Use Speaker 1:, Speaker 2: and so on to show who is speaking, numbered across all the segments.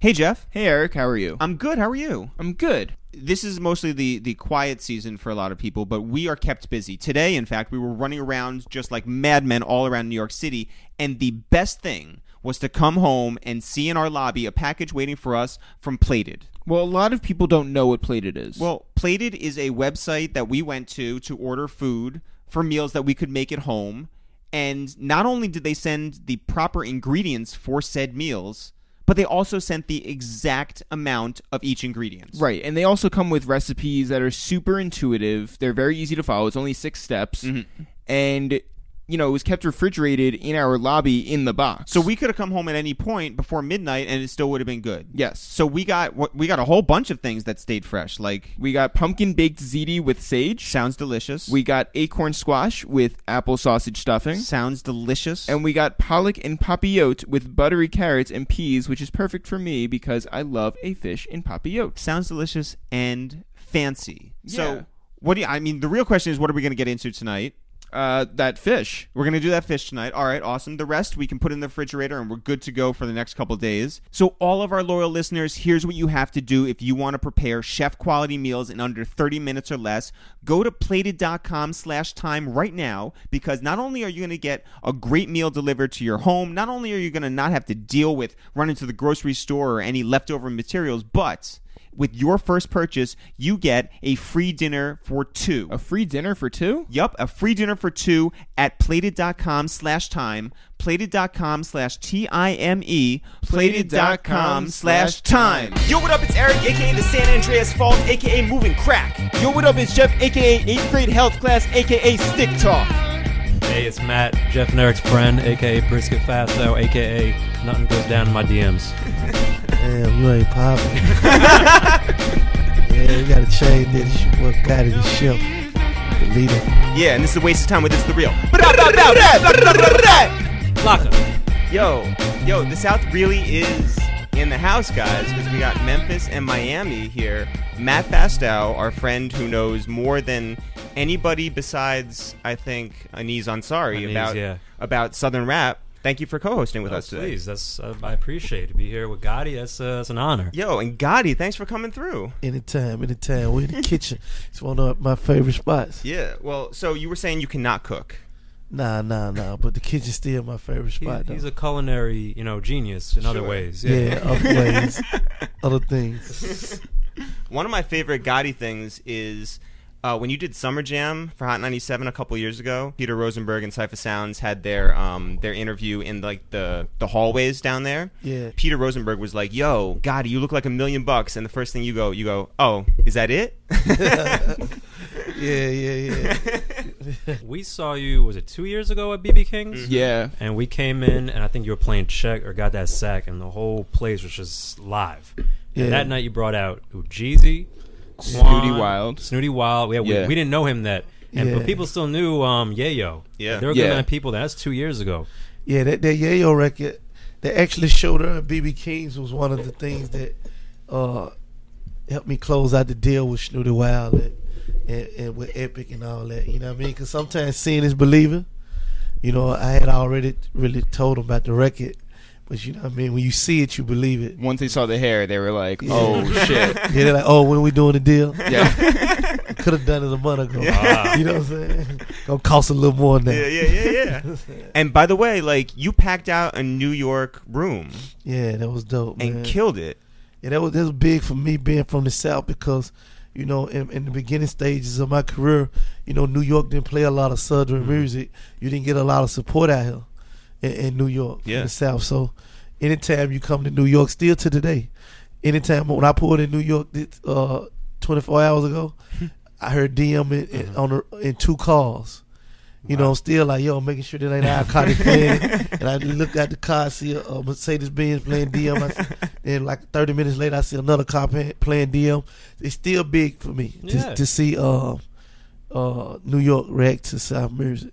Speaker 1: Hey, Jeff.
Speaker 2: Hey, Eric, how are you?
Speaker 1: I'm good. How are you?
Speaker 2: I'm good.
Speaker 1: This is mostly the, the quiet season for a lot of people, but we are kept busy. Today, in fact, we were running around just like madmen all around New York City, and the best thing was to come home and see in our lobby a package waiting for us from Plated.
Speaker 2: Well, a lot of people don't know what Plated is.
Speaker 1: Well, Plated is a website that we went to to order food for meals that we could make at home. And not only did they send the proper ingredients for said meals, but they also sent the exact amount of each ingredient.
Speaker 2: right, and they also come with recipes that are super intuitive. They're very easy to follow. It's only six steps, and you know it was kept refrigerated in our lobby in the box.
Speaker 1: So we could have come home at any point before midnight and it still would have been good.
Speaker 2: yes,
Speaker 1: So we got what we got a whole bunch of things that stayed fresh. Like
Speaker 2: we got pumpkin baked ziti with sage.
Speaker 1: sounds delicious.
Speaker 2: We got acorn squash with apple sausage stuffing.
Speaker 1: sounds delicious.
Speaker 2: And we got pollock and papillote with buttery carrots and peas, which is perfect for me because I love a fish in papillote.
Speaker 1: sounds delicious and fancy.
Speaker 2: Yeah.
Speaker 1: So what do you I mean the real question is what are we going to get into tonight?
Speaker 2: Uh, that fish.
Speaker 1: We're gonna do that fish tonight. All right, awesome. The rest we can put in the refrigerator and we're good to go for the next couple days. So, all of our loyal listeners, here's what you have to do if you want to prepare chef quality meals in under 30 minutes or less. Go to plated.com slash time right now because not only are you gonna get a great meal delivered to your home, not only are you gonna not have to deal with running to the grocery store or any leftover materials, but with your first purchase, you get a free dinner for two.
Speaker 2: A free dinner for two?
Speaker 1: Yup, a free dinner for two at plated.com slash time, plated.com slash T-I-M-E, E, plated.com slash time.
Speaker 3: Yo, what up? It's Eric, aka the San Andreas Fault, aka Moving Crack.
Speaker 4: Yo, what up? It's Jeff, aka 8th grade health class, aka stick talk.
Speaker 5: Hey, it's Matt, Jeff and Eric's friend, aka Brisket Fasto, aka Nothing Goes Down in My DMs.
Speaker 6: Damn, you ain't popping. yeah, you gotta change this. What got it? The ship. The leader.
Speaker 3: Yeah, and this is a waste of time with It's the Real.
Speaker 5: Laka.
Speaker 3: Yo, yo, the South really is in the house, guys, because we got Memphis and Miami here.
Speaker 1: Matt Fastow, our friend who knows more than anybody besides, I think, Aniz Ansari
Speaker 5: Anees,
Speaker 1: about,
Speaker 5: yeah.
Speaker 1: about Southern Rap. Thank you for co-hosting with
Speaker 5: Oh,
Speaker 1: us today.
Speaker 5: please, that's uh, I appreciate to be here with Gotti. That's uh, that's an honor.
Speaker 1: Yo, and Gotti, thanks for coming through.
Speaker 6: Anytime, anytime. We're in the kitchen. It's one of my favorite spots.
Speaker 1: Yeah, well, so you were saying you cannot cook.
Speaker 6: Nah, nah, nah. But the kitchen's still my favorite
Speaker 5: He-
Speaker 6: spot,
Speaker 5: he's
Speaker 6: though.
Speaker 5: a culinary, you know, genius in other ways. Yeah.
Speaker 6: yeah, other ways, other things.
Speaker 1: One of my favorite Gotti things is uh, when you did Summer Jam for Hot 97 a couple years ago. Peter Rosenberg and Cypher Sounds had their um, their interview in like the the hallways down there.
Speaker 6: Yeah.
Speaker 1: Peter Rosenberg was like, "Yo, Gotti, you look like a million bucks," and the first thing you go, you go, "Oh, is that it?"
Speaker 6: Yeah, yeah, yeah.
Speaker 5: We saw you. Was it two years ago at BB King's?
Speaker 2: Yeah.
Speaker 5: And we came in, and I think you were playing check or got that sack, and the whole place was just live.
Speaker 6: Yeah.
Speaker 5: And that night you brought out Ujeezy,
Speaker 2: Snooty
Speaker 5: Quan,
Speaker 2: Wild.
Speaker 5: Snooty Wild. Yeah, we,
Speaker 2: Yeah.
Speaker 5: we didn't know him that, and
Speaker 6: Yeah.
Speaker 5: but people still knew um, Yayo.
Speaker 1: Yeah.
Speaker 5: there were a good
Speaker 2: Yeah.
Speaker 5: amount of people. there. That's two years ago.
Speaker 6: Yeah, that, that Yayo record, the actually shoulder of BB King's was one of the things that uh, helped me close out the deal with Snooty Wild and, and, and with Epic and all that. You know what I mean? Because sometimes seeing is believing. You know, I had already really told them about the record, but you know what I mean? When you see it, you believe it.
Speaker 2: Once they saw the hair, they were like, oh, shit.
Speaker 6: Yeah, they're like, oh, when we doing the deal?
Speaker 2: Yeah.
Speaker 6: Could have done it a month ago.
Speaker 5: Wow.
Speaker 6: You know what I'm saying? Gonna cost a little more now.
Speaker 1: yeah, yeah, yeah. and by the way, like you packed out a New York room
Speaker 6: Yeah, that was dope,
Speaker 1: and
Speaker 6: man.
Speaker 1: killed it.
Speaker 6: Yeah, that was that was big for me being from the South because, you know, in, in the beginning stages of my career, you know, New York didn't play a lot of Southern music. You didn't get a lot of support out here in, in New York, from
Speaker 1: Yeah.
Speaker 6: the South. So, anytime you come to New York, still to today, anytime when I poured in New York this, uh, 24 hours ago, I heard DM in, in, on the, in two calls. You know, I'm still like, yo, making sure that ain't Alcott playing. and I look at the car, see a, uh Mercedes Benz playing DM. I see, then, like 30 minutes later, I see another car pa- playing DM. It's still big for me to,
Speaker 5: Yeah.
Speaker 6: to see uh, uh, New York react to South music.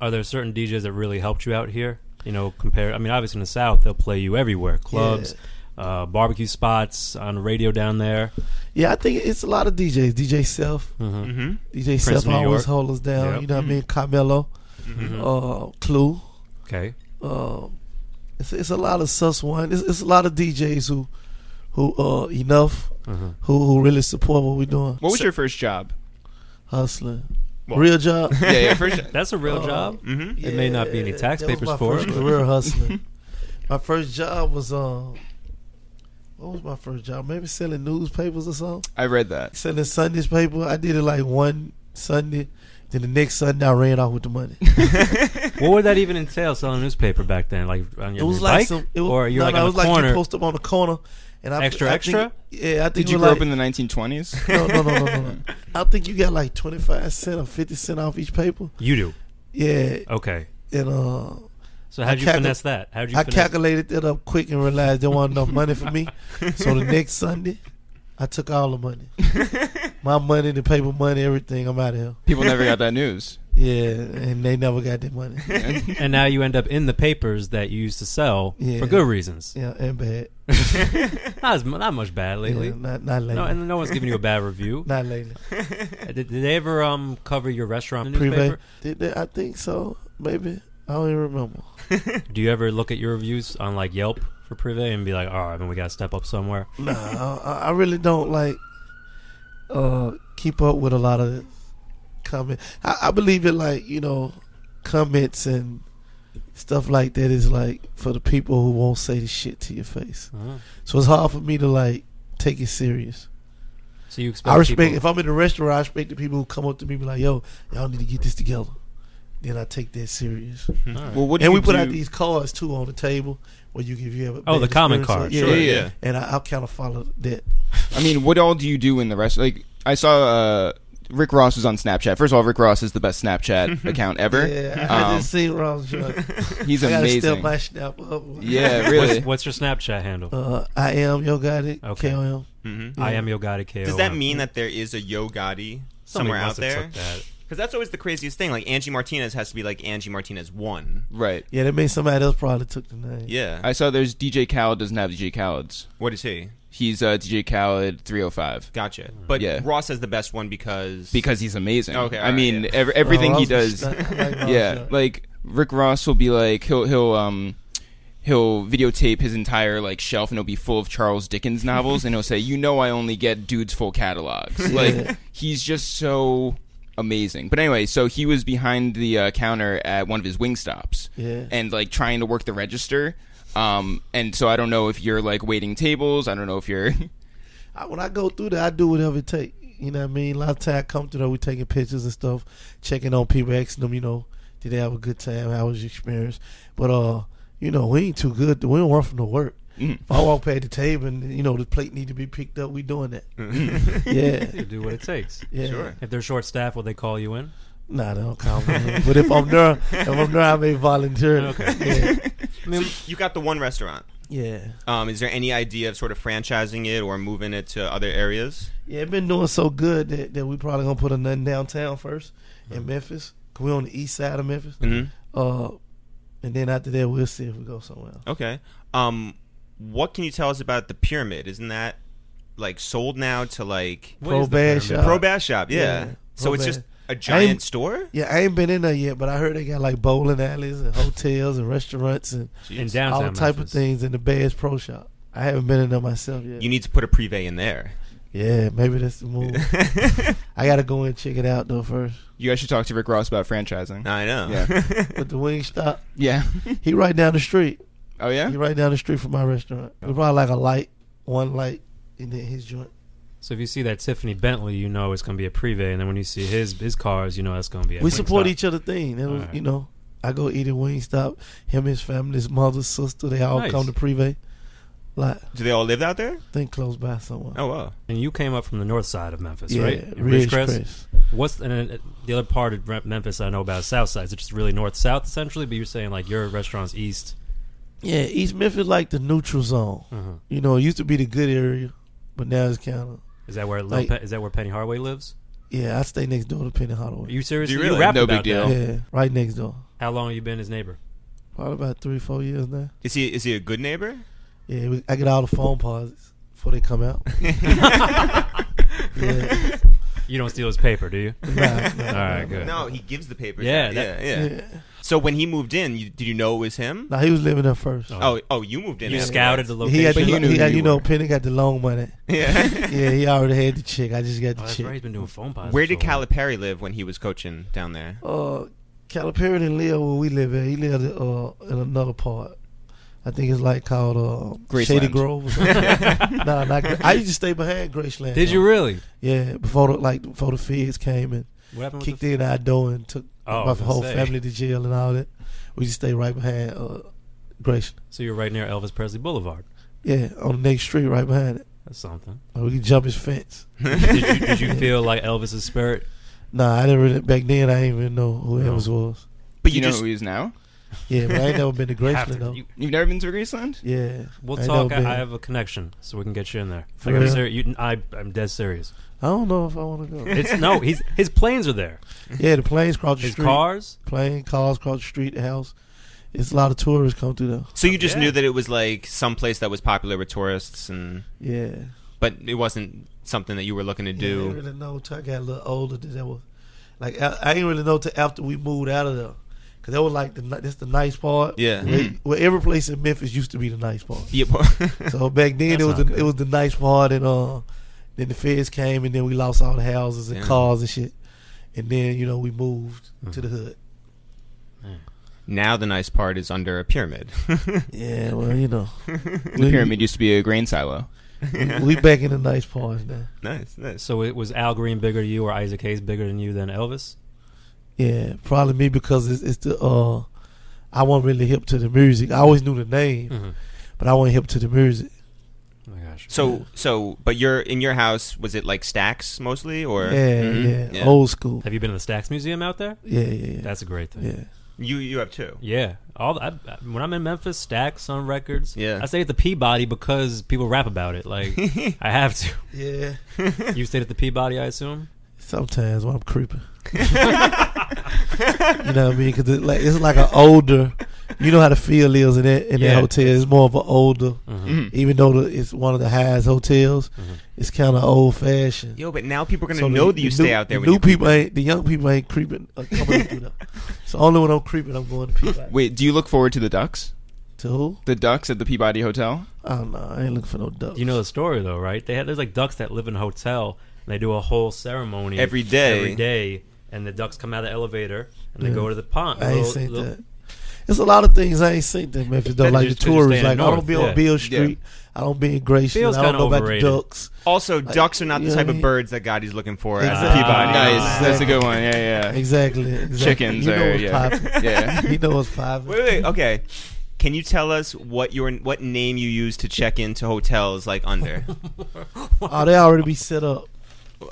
Speaker 5: Are there certain DJs that really helped you out here? You know, compare. I mean, obviously in the South they'll play you everywhere, clubs, uh, barbecue spots, on the radio down there.
Speaker 6: Yeah, I think it's a lot of DJs. DJ Self,
Speaker 5: Mm-hmm.
Speaker 1: Mm-hmm.
Speaker 6: DJ
Speaker 5: Prince
Speaker 6: Self
Speaker 5: of New
Speaker 6: always
Speaker 5: York.
Speaker 6: hold us down.
Speaker 5: Yep. Mm-hmm.
Speaker 6: You know what I mean? Carmelo,
Speaker 2: Mm-hmm.
Speaker 6: uh, Clue. uh,
Speaker 5: Okay.
Speaker 6: um, it's, it's a lot of sus one. It's, it's a lot of DJs who who uh enough
Speaker 5: Mm-hmm.
Speaker 6: who who really support what we're doing.
Speaker 2: What was your first job?
Speaker 6: Hustling. Real job.
Speaker 2: Yeah, yeah, first.
Speaker 5: That's a
Speaker 6: Uh,
Speaker 5: real job.
Speaker 6: Mm-hmm.
Speaker 5: It may not be any
Speaker 6: Yeah,
Speaker 5: tax
Speaker 6: that was
Speaker 5: papers
Speaker 6: my
Speaker 5: for
Speaker 6: first
Speaker 5: it. but-
Speaker 6: Career hustling. my first job was um, what was my first job? Maybe selling newspapers or something.
Speaker 2: I read that.
Speaker 6: Selling Sunday's paper. I did it like one Sunday. Then the next Sunday, I ran off with the money.
Speaker 5: What would that even entail selling newspaper back then? Like on your,
Speaker 6: It was
Speaker 5: your
Speaker 6: like
Speaker 5: bike,
Speaker 6: some. It was,
Speaker 5: or you're
Speaker 6: no,
Speaker 5: like
Speaker 6: no,
Speaker 5: on the
Speaker 6: it was like
Speaker 5: corner.
Speaker 6: you post up on the corner, and I
Speaker 5: Extra,
Speaker 6: I think-
Speaker 5: extra?
Speaker 6: yeah, I think
Speaker 2: Did you
Speaker 6: it
Speaker 2: grow
Speaker 6: was
Speaker 2: up in the 1920s?
Speaker 6: like, No, no, no, no, no, no. I think you got like twenty five cent or fifty cent off each paper.
Speaker 5: you do
Speaker 6: Yeah,
Speaker 5: okay.
Speaker 6: and uh.
Speaker 5: So how'd you
Speaker 6: calcu-
Speaker 5: finesse that? How'd you
Speaker 6: I
Speaker 5: finesse?
Speaker 6: calculated that up quick and realized there wasn't enough money for me. So the next Sunday, I took all the money. My money, the paper money, everything. I'm out of here.
Speaker 2: People never got that news.
Speaker 6: Yeah, and they never got their money.
Speaker 5: and now you end up in the papers that you used to sell
Speaker 6: Yeah.
Speaker 5: for good reasons.
Speaker 6: Yeah, and bad.
Speaker 5: Not as, mu- not much bad lately.
Speaker 6: Yeah, not not lately.
Speaker 5: no, and no one's giving you a bad review.
Speaker 6: not lately.
Speaker 5: Uh, did, did they ever um cover your restaurant in the
Speaker 6: Privé.
Speaker 5: newspaper?
Speaker 6: Did they, I think so. Maybe I don't even remember.
Speaker 5: Do you ever look at your reviews on like Yelp for Privé and be like, all right, man, we gotta step up somewhere?
Speaker 6: Nah, I, I really don't like uh keep up with a lot of comment. I, I believe in like you know comments and stuff like that is like for the people who won't say the shit to your face.
Speaker 5: Uh-huh.
Speaker 6: So it's hard for me to like take it serious.
Speaker 5: So you expect
Speaker 6: I respect
Speaker 5: people-
Speaker 6: if I'm in a restaurant, I respect the people who come up to me and be like, "Yo, y'all need to get this together." Then I take that serious.
Speaker 5: Hmm.
Speaker 2: Well, what do
Speaker 6: and
Speaker 2: you
Speaker 6: we put
Speaker 2: do?
Speaker 6: out these cards too on the table where you give you have a
Speaker 5: Oh, the
Speaker 6: bad
Speaker 5: comment
Speaker 6: experience.
Speaker 5: card.
Speaker 2: Yeah, yeah, yeah.
Speaker 6: And I, I kind of follow that.
Speaker 2: I mean, what all do you do in the rest? Like, I saw uh, Rick Ross was on Snapchat. First of all, Rick Ross is the best Snapchat account ever.
Speaker 6: Yeah, I
Speaker 2: Um,
Speaker 6: just seen Ron's drug.
Speaker 2: He's
Speaker 6: I gotta step
Speaker 2: amazing.
Speaker 6: my snap up.
Speaker 2: yeah, really.
Speaker 5: What's, what's your Snapchat handle?
Speaker 6: Uh, I am Yo Got It.
Speaker 5: Okay.
Speaker 6: Okay. KOM.
Speaker 5: I am Yogati KO.
Speaker 3: Does that mean that there is a Yo Gotti somewhere out there? Because that's always the craziest thing. Like Angie Martinez has to be like Angie Martinez one.
Speaker 2: right.
Speaker 6: Yeah, that means somebody else probably took the name.
Speaker 3: Yeah.
Speaker 2: I saw there's DJ Khaled doesn't have DJ Khaled's.
Speaker 3: what is he?
Speaker 2: He's uh, DJ Khaled 305
Speaker 3: Gotcha.
Speaker 5: Hmm.
Speaker 3: But
Speaker 2: Yeah.
Speaker 3: Ross has the best one because
Speaker 2: because he's amazing.
Speaker 3: Okay,
Speaker 2: I
Speaker 3: alright,
Speaker 2: mean,
Speaker 3: yeah.
Speaker 2: ev- everything
Speaker 6: Uh, Ron's
Speaker 2: he
Speaker 6: a
Speaker 2: does.
Speaker 6: snap- I like Ron's
Speaker 2: yeah,
Speaker 6: drug.
Speaker 2: like Rick Ross will be like he'll he'll um he'll videotape his entire like shelf and it'll be full of Charles Dickens novels and he'll say, "You know, I only get dudes full catalogs." Like he's just so amazing. But anyway, so he was behind the uh, counter at one of his wing stops
Speaker 6: Yeah.
Speaker 2: and like trying to work the register. Um, and so I don't know if you're like waiting tables. I don't know if you're.
Speaker 6: I, when I go through that, I do whatever it take. You know what I mean? A lot of time I come through there, we taking pictures and stuff, checking on people, asking them, you know, did they have a good time? How was your experience? But uh, you know, we ain't too good. We don't run from the work.
Speaker 2: Mm-hmm.
Speaker 6: If I walk past the table and you know the plate need to be picked up, we doing that. yeah,
Speaker 5: do what it takes.
Speaker 6: yeah.
Speaker 5: If they're short staffed, will they call you in?
Speaker 6: Nah, they don't count me. in. but if I'm there, if I'm there, I may volunteer. Okay.
Speaker 3: you got the one restaurant.
Speaker 6: Yeah. yeah.
Speaker 3: Um, is there any idea of sort of franchising it or moving it to other areas?
Speaker 6: Yeah, it been doing so good that, that we probably gonna put another downtown first in Memphis. we we're on the east side of Memphis.
Speaker 3: Mhm.
Speaker 6: Uh, and then after that, we'll see if we go somewhere else.
Speaker 3: Okay. Um, what can you tell us about the pyramid? Isn't that like sold now to like
Speaker 5: What is the
Speaker 6: Pro-bad
Speaker 5: pyramid?
Speaker 6: shop.
Speaker 3: Pro Bass Shop? Yeah.
Speaker 6: Yeah,
Speaker 3: so it's
Speaker 6: Pro-bad.
Speaker 3: just a giant
Speaker 6: I'm-
Speaker 3: store.
Speaker 6: Yeah, I ain't been in there yet, but I heard they got like bowling alleys and hotels and restaurants and
Speaker 5: in
Speaker 6: all
Speaker 5: downtown
Speaker 6: type of
Speaker 5: Memphis.
Speaker 6: things in the Bass Pro Shop. I haven't been in there myself yet.
Speaker 3: You need to put a privé in there.
Speaker 6: yeah, maybe that's the move. I gotta go and check it out though first.
Speaker 2: You guys should talk to Rick Ross about franchising.
Speaker 3: I know.
Speaker 2: Yeah.
Speaker 6: But the wing stop,
Speaker 2: Yeah.
Speaker 6: he right down the street.
Speaker 2: Oh yeah.
Speaker 6: He right down the street from my restaurant. It's probably like a light, one light, and then his joint.
Speaker 5: So if you see that Tiffany Bentley, you know it's going to be a Privé, and then when you see his his cars, you know that's going to be. At
Speaker 6: we support
Speaker 5: Wingstop.
Speaker 6: each other thing. That was,
Speaker 5: Alright.
Speaker 6: You know, I go eat at Wingstop. Him, his family, his mother, sister, they all
Speaker 5: Nice.
Speaker 6: come to Privé. Like,
Speaker 3: Do they all live out there?
Speaker 6: think close by somewhere.
Speaker 3: Oh wow.
Speaker 5: And you came up from the north side of Memphis,
Speaker 6: yeah,
Speaker 5: right? In
Speaker 6: Ridge
Speaker 5: Ridgecrest?
Speaker 6: Crest.
Speaker 5: What's and then the other part of Re- Memphis I know about is South Side? Is it just really north south essentially? But you're saying like your restaurant's east.
Speaker 6: Yeah, East Memphis like the neutral zone.
Speaker 5: Uh-huh.
Speaker 6: You know, it used to be the good area, but now it's kind of.
Speaker 5: Is that where Lil
Speaker 6: Like-
Speaker 5: Pe- is that where Penny Hardaway lives?
Speaker 6: Yeah, I stay next door to Penny
Speaker 5: Are
Speaker 6: Holloway.
Speaker 5: you serious?
Speaker 2: you really?
Speaker 5: rap
Speaker 2: No big
Speaker 5: about
Speaker 2: deal.
Speaker 5: that.
Speaker 6: yeah, right next door.
Speaker 5: How long have you been his neighbor?
Speaker 6: Probably about three, four years now.
Speaker 3: Is he is he a good neighbor?
Speaker 6: Yeah, we, I get all the phone pauses before they come out. yeah,
Speaker 5: You don't steal his paper, do you?
Speaker 6: nah, nah,
Speaker 5: All right, good.
Speaker 3: No, he gives the papers.
Speaker 5: Yeah,
Speaker 3: out.
Speaker 5: that-
Speaker 3: yeah, yeah. So when he moved in, you, did you know it was him?
Speaker 6: Now he was living there first.
Speaker 3: Oh, oh, you moved in.
Speaker 5: You
Speaker 3: afterwards.
Speaker 5: scouted the
Speaker 6: He
Speaker 5: location.
Speaker 6: had, the,
Speaker 2: you knew
Speaker 6: he
Speaker 2: who
Speaker 6: had
Speaker 2: you
Speaker 6: you know,
Speaker 2: were.
Speaker 6: Penny got the long money.
Speaker 3: Yeah.
Speaker 6: Yeah, he already had the chick. I just got the
Speaker 5: Oh, that's
Speaker 6: chick.
Speaker 5: right. He's been doing phone pods.
Speaker 3: Where did
Speaker 5: for a while.
Speaker 3: Calipari live when he was coaching down there?
Speaker 6: Uh, Calipari didn't live where we live at. He lived uh, in another part. I think it's like called uh,
Speaker 1: Graceland.
Speaker 6: Shady Grove. Or something. nah, not, Gra- I used to stay behind Graceland.
Speaker 5: Did
Speaker 6: though.
Speaker 5: you really?
Speaker 6: Yeah, before the, like before the feds came and
Speaker 5: What happened with
Speaker 6: kicked
Speaker 5: the
Speaker 6: in our door and took
Speaker 5: Oh, I
Speaker 6: my
Speaker 5: was gonna
Speaker 6: whole
Speaker 5: say.
Speaker 6: family to jail and all that. We just stayed right behind uh, Graceland.
Speaker 5: So you're right near Elvis Presley Boulevard.
Speaker 6: Yeah, on the next street right behind it.
Speaker 5: That's something.
Speaker 6: Like, we could jump his fence.
Speaker 5: did, you, did you feel like Elvis's spirit?
Speaker 6: Nah, I didn't really back then. I didn't even know who
Speaker 5: No.
Speaker 6: Elvis was.
Speaker 2: But
Speaker 1: But
Speaker 2: you,
Speaker 1: you
Speaker 2: know
Speaker 1: just-
Speaker 2: who he is now?
Speaker 6: Yeah, but I ain't never been to
Speaker 5: Have
Speaker 6: Graceland
Speaker 5: to-
Speaker 6: though.
Speaker 5: Oh. you-
Speaker 2: You've never been to Graceland?
Speaker 6: yeah,
Speaker 5: we'll
Speaker 6: I ain't
Speaker 5: talk.
Speaker 6: never been.
Speaker 5: I, I have a connection, so we can get you in there.
Speaker 6: For
Speaker 5: Like, I'm
Speaker 6: real?
Speaker 5: ser- you, I, I'm dead serious.
Speaker 6: I don't know if I want to go.
Speaker 5: It's no. He's his planes are there.
Speaker 6: yeah, the planes cross the
Speaker 5: His
Speaker 6: street.
Speaker 5: cars.
Speaker 6: Plane, cars cross the street, the house. It's a lot of tourists come through though.
Speaker 3: So you just
Speaker 5: Yeah.
Speaker 3: knew that it was like some place that was popular with tourists, and
Speaker 6: Yeah.
Speaker 3: but it wasn't something that you were looking to
Speaker 6: Yeah, I didn't
Speaker 3: do.
Speaker 6: really know until I got a little older that that was like I, I didn't really know till after we moved out of there. Cause that was like the ni- that's the nice part.
Speaker 3: Yeah. Mm.
Speaker 6: Where, where every place in Memphis used to be the nice part.
Speaker 3: Yeah,
Speaker 6: So back then
Speaker 5: That's
Speaker 6: it
Speaker 5: not
Speaker 6: was the,
Speaker 5: good.
Speaker 6: it was the nice part, and uh, then the feds came, and then we lost all the houses and
Speaker 3: Yeah.
Speaker 6: cars and shit, and then you know we moved to the hood.
Speaker 3: now the nice part is under a pyramid. Mm-hmm.
Speaker 6: Yeah, well you know
Speaker 2: The pyramid used to be a grain silo.
Speaker 6: we back in the nice parts now.
Speaker 3: nice, nice.
Speaker 5: So it was Al Green bigger to you, or Isaac Hayes bigger than you than Elvis?
Speaker 6: Yeah, probably me because it's, it's the uh, I wasn't really hip to the music. I always knew the name,
Speaker 3: Mm.
Speaker 5: Mhm.
Speaker 6: but I wasn't hip to the music.
Speaker 5: Oh my gosh.
Speaker 3: So, so, but you're in your house. Was it like stacks mostly, or
Speaker 6: yeah, Oh.
Speaker 3: Mhm.
Speaker 6: yeah, old school.
Speaker 5: have you been to the Stax Museum out there?
Speaker 6: Yeah, yeah, yeah.
Speaker 5: That's a great thing.
Speaker 6: yeah.
Speaker 3: You you have two.
Speaker 5: Yeah, all the, I, I- when I'm in Memphis, Stax on records.
Speaker 3: Yeah.
Speaker 5: I stayed at the Peabody because people rap about it. Like I have to.
Speaker 6: Yeah.
Speaker 5: You stayed at the Peabody, I assume.
Speaker 6: Sometimes when I'm creeping. you know what I mean? Because it, like, it's like an older. You know how the feel is in that in
Speaker 5: Yeah.
Speaker 6: that hotel. It's more of an older.
Speaker 3: Mm-hmm. Hmm.
Speaker 5: Mhm.
Speaker 6: Even though the, it's one of the highest hotels, it's kind of old fashioned.
Speaker 3: Yo, but now people are Mm-hmm. gonna
Speaker 6: So
Speaker 3: know
Speaker 6: the-
Speaker 3: that you
Speaker 6: the
Speaker 3: stay
Speaker 6: new-
Speaker 3: out there.
Speaker 6: the
Speaker 3: When
Speaker 6: new
Speaker 3: you
Speaker 6: people ain't the young people ain't creeping. Uh, coming through though. So only when I'm creeping, I'm going to Peabody.
Speaker 2: Wait, do you look forward to the ducks?
Speaker 6: To who?
Speaker 2: The ducks at the Peabody
Speaker 3: Oh.
Speaker 2: Hotel?
Speaker 6: I don't know. I ain't looking for no duck.
Speaker 5: You know the story though, right? They had there's like ducks that live in a hotel. And they do a whole ceremony
Speaker 3: Every day.
Speaker 5: Every day, and the ducks come out of the elevator and they
Speaker 6: Yeah.
Speaker 5: go to the pond.
Speaker 6: I ain't
Speaker 5: Little-
Speaker 6: seen
Speaker 5: little-
Speaker 6: that. It's a lot of things I ain't seen that Memphis though,
Speaker 5: That
Speaker 6: like
Speaker 5: just-
Speaker 6: the
Speaker 5: that just
Speaker 6: tourists.
Speaker 5: stay
Speaker 6: Like
Speaker 5: in
Speaker 6: I
Speaker 5: North,
Speaker 6: don't be on
Speaker 5: yeah.
Speaker 6: Beale Street. I don't be in Graceland.
Speaker 5: Beale's
Speaker 6: I don't
Speaker 5: kinda
Speaker 6: know about the
Speaker 5: overrated.
Speaker 6: ducks.
Speaker 3: also, ducks are not the
Speaker 6: yeah,
Speaker 3: type
Speaker 6: yeah.
Speaker 3: of birds that Gotti's looking for at the
Speaker 5: Exactly.
Speaker 3: Peabody.
Speaker 5: Ah.
Speaker 2: nice. That's a good one. Yeah, yeah.
Speaker 6: Exactly. exactly.
Speaker 2: Chickens
Speaker 6: You know
Speaker 2: are-
Speaker 6: what's
Speaker 2: yeah.
Speaker 6: poppin'.
Speaker 2: Yeah.
Speaker 6: You know what's poppin'.
Speaker 3: Wait, wait, okay. Can you tell us what your what name you use to check into hotels like under?
Speaker 6: Oh, they already be set up.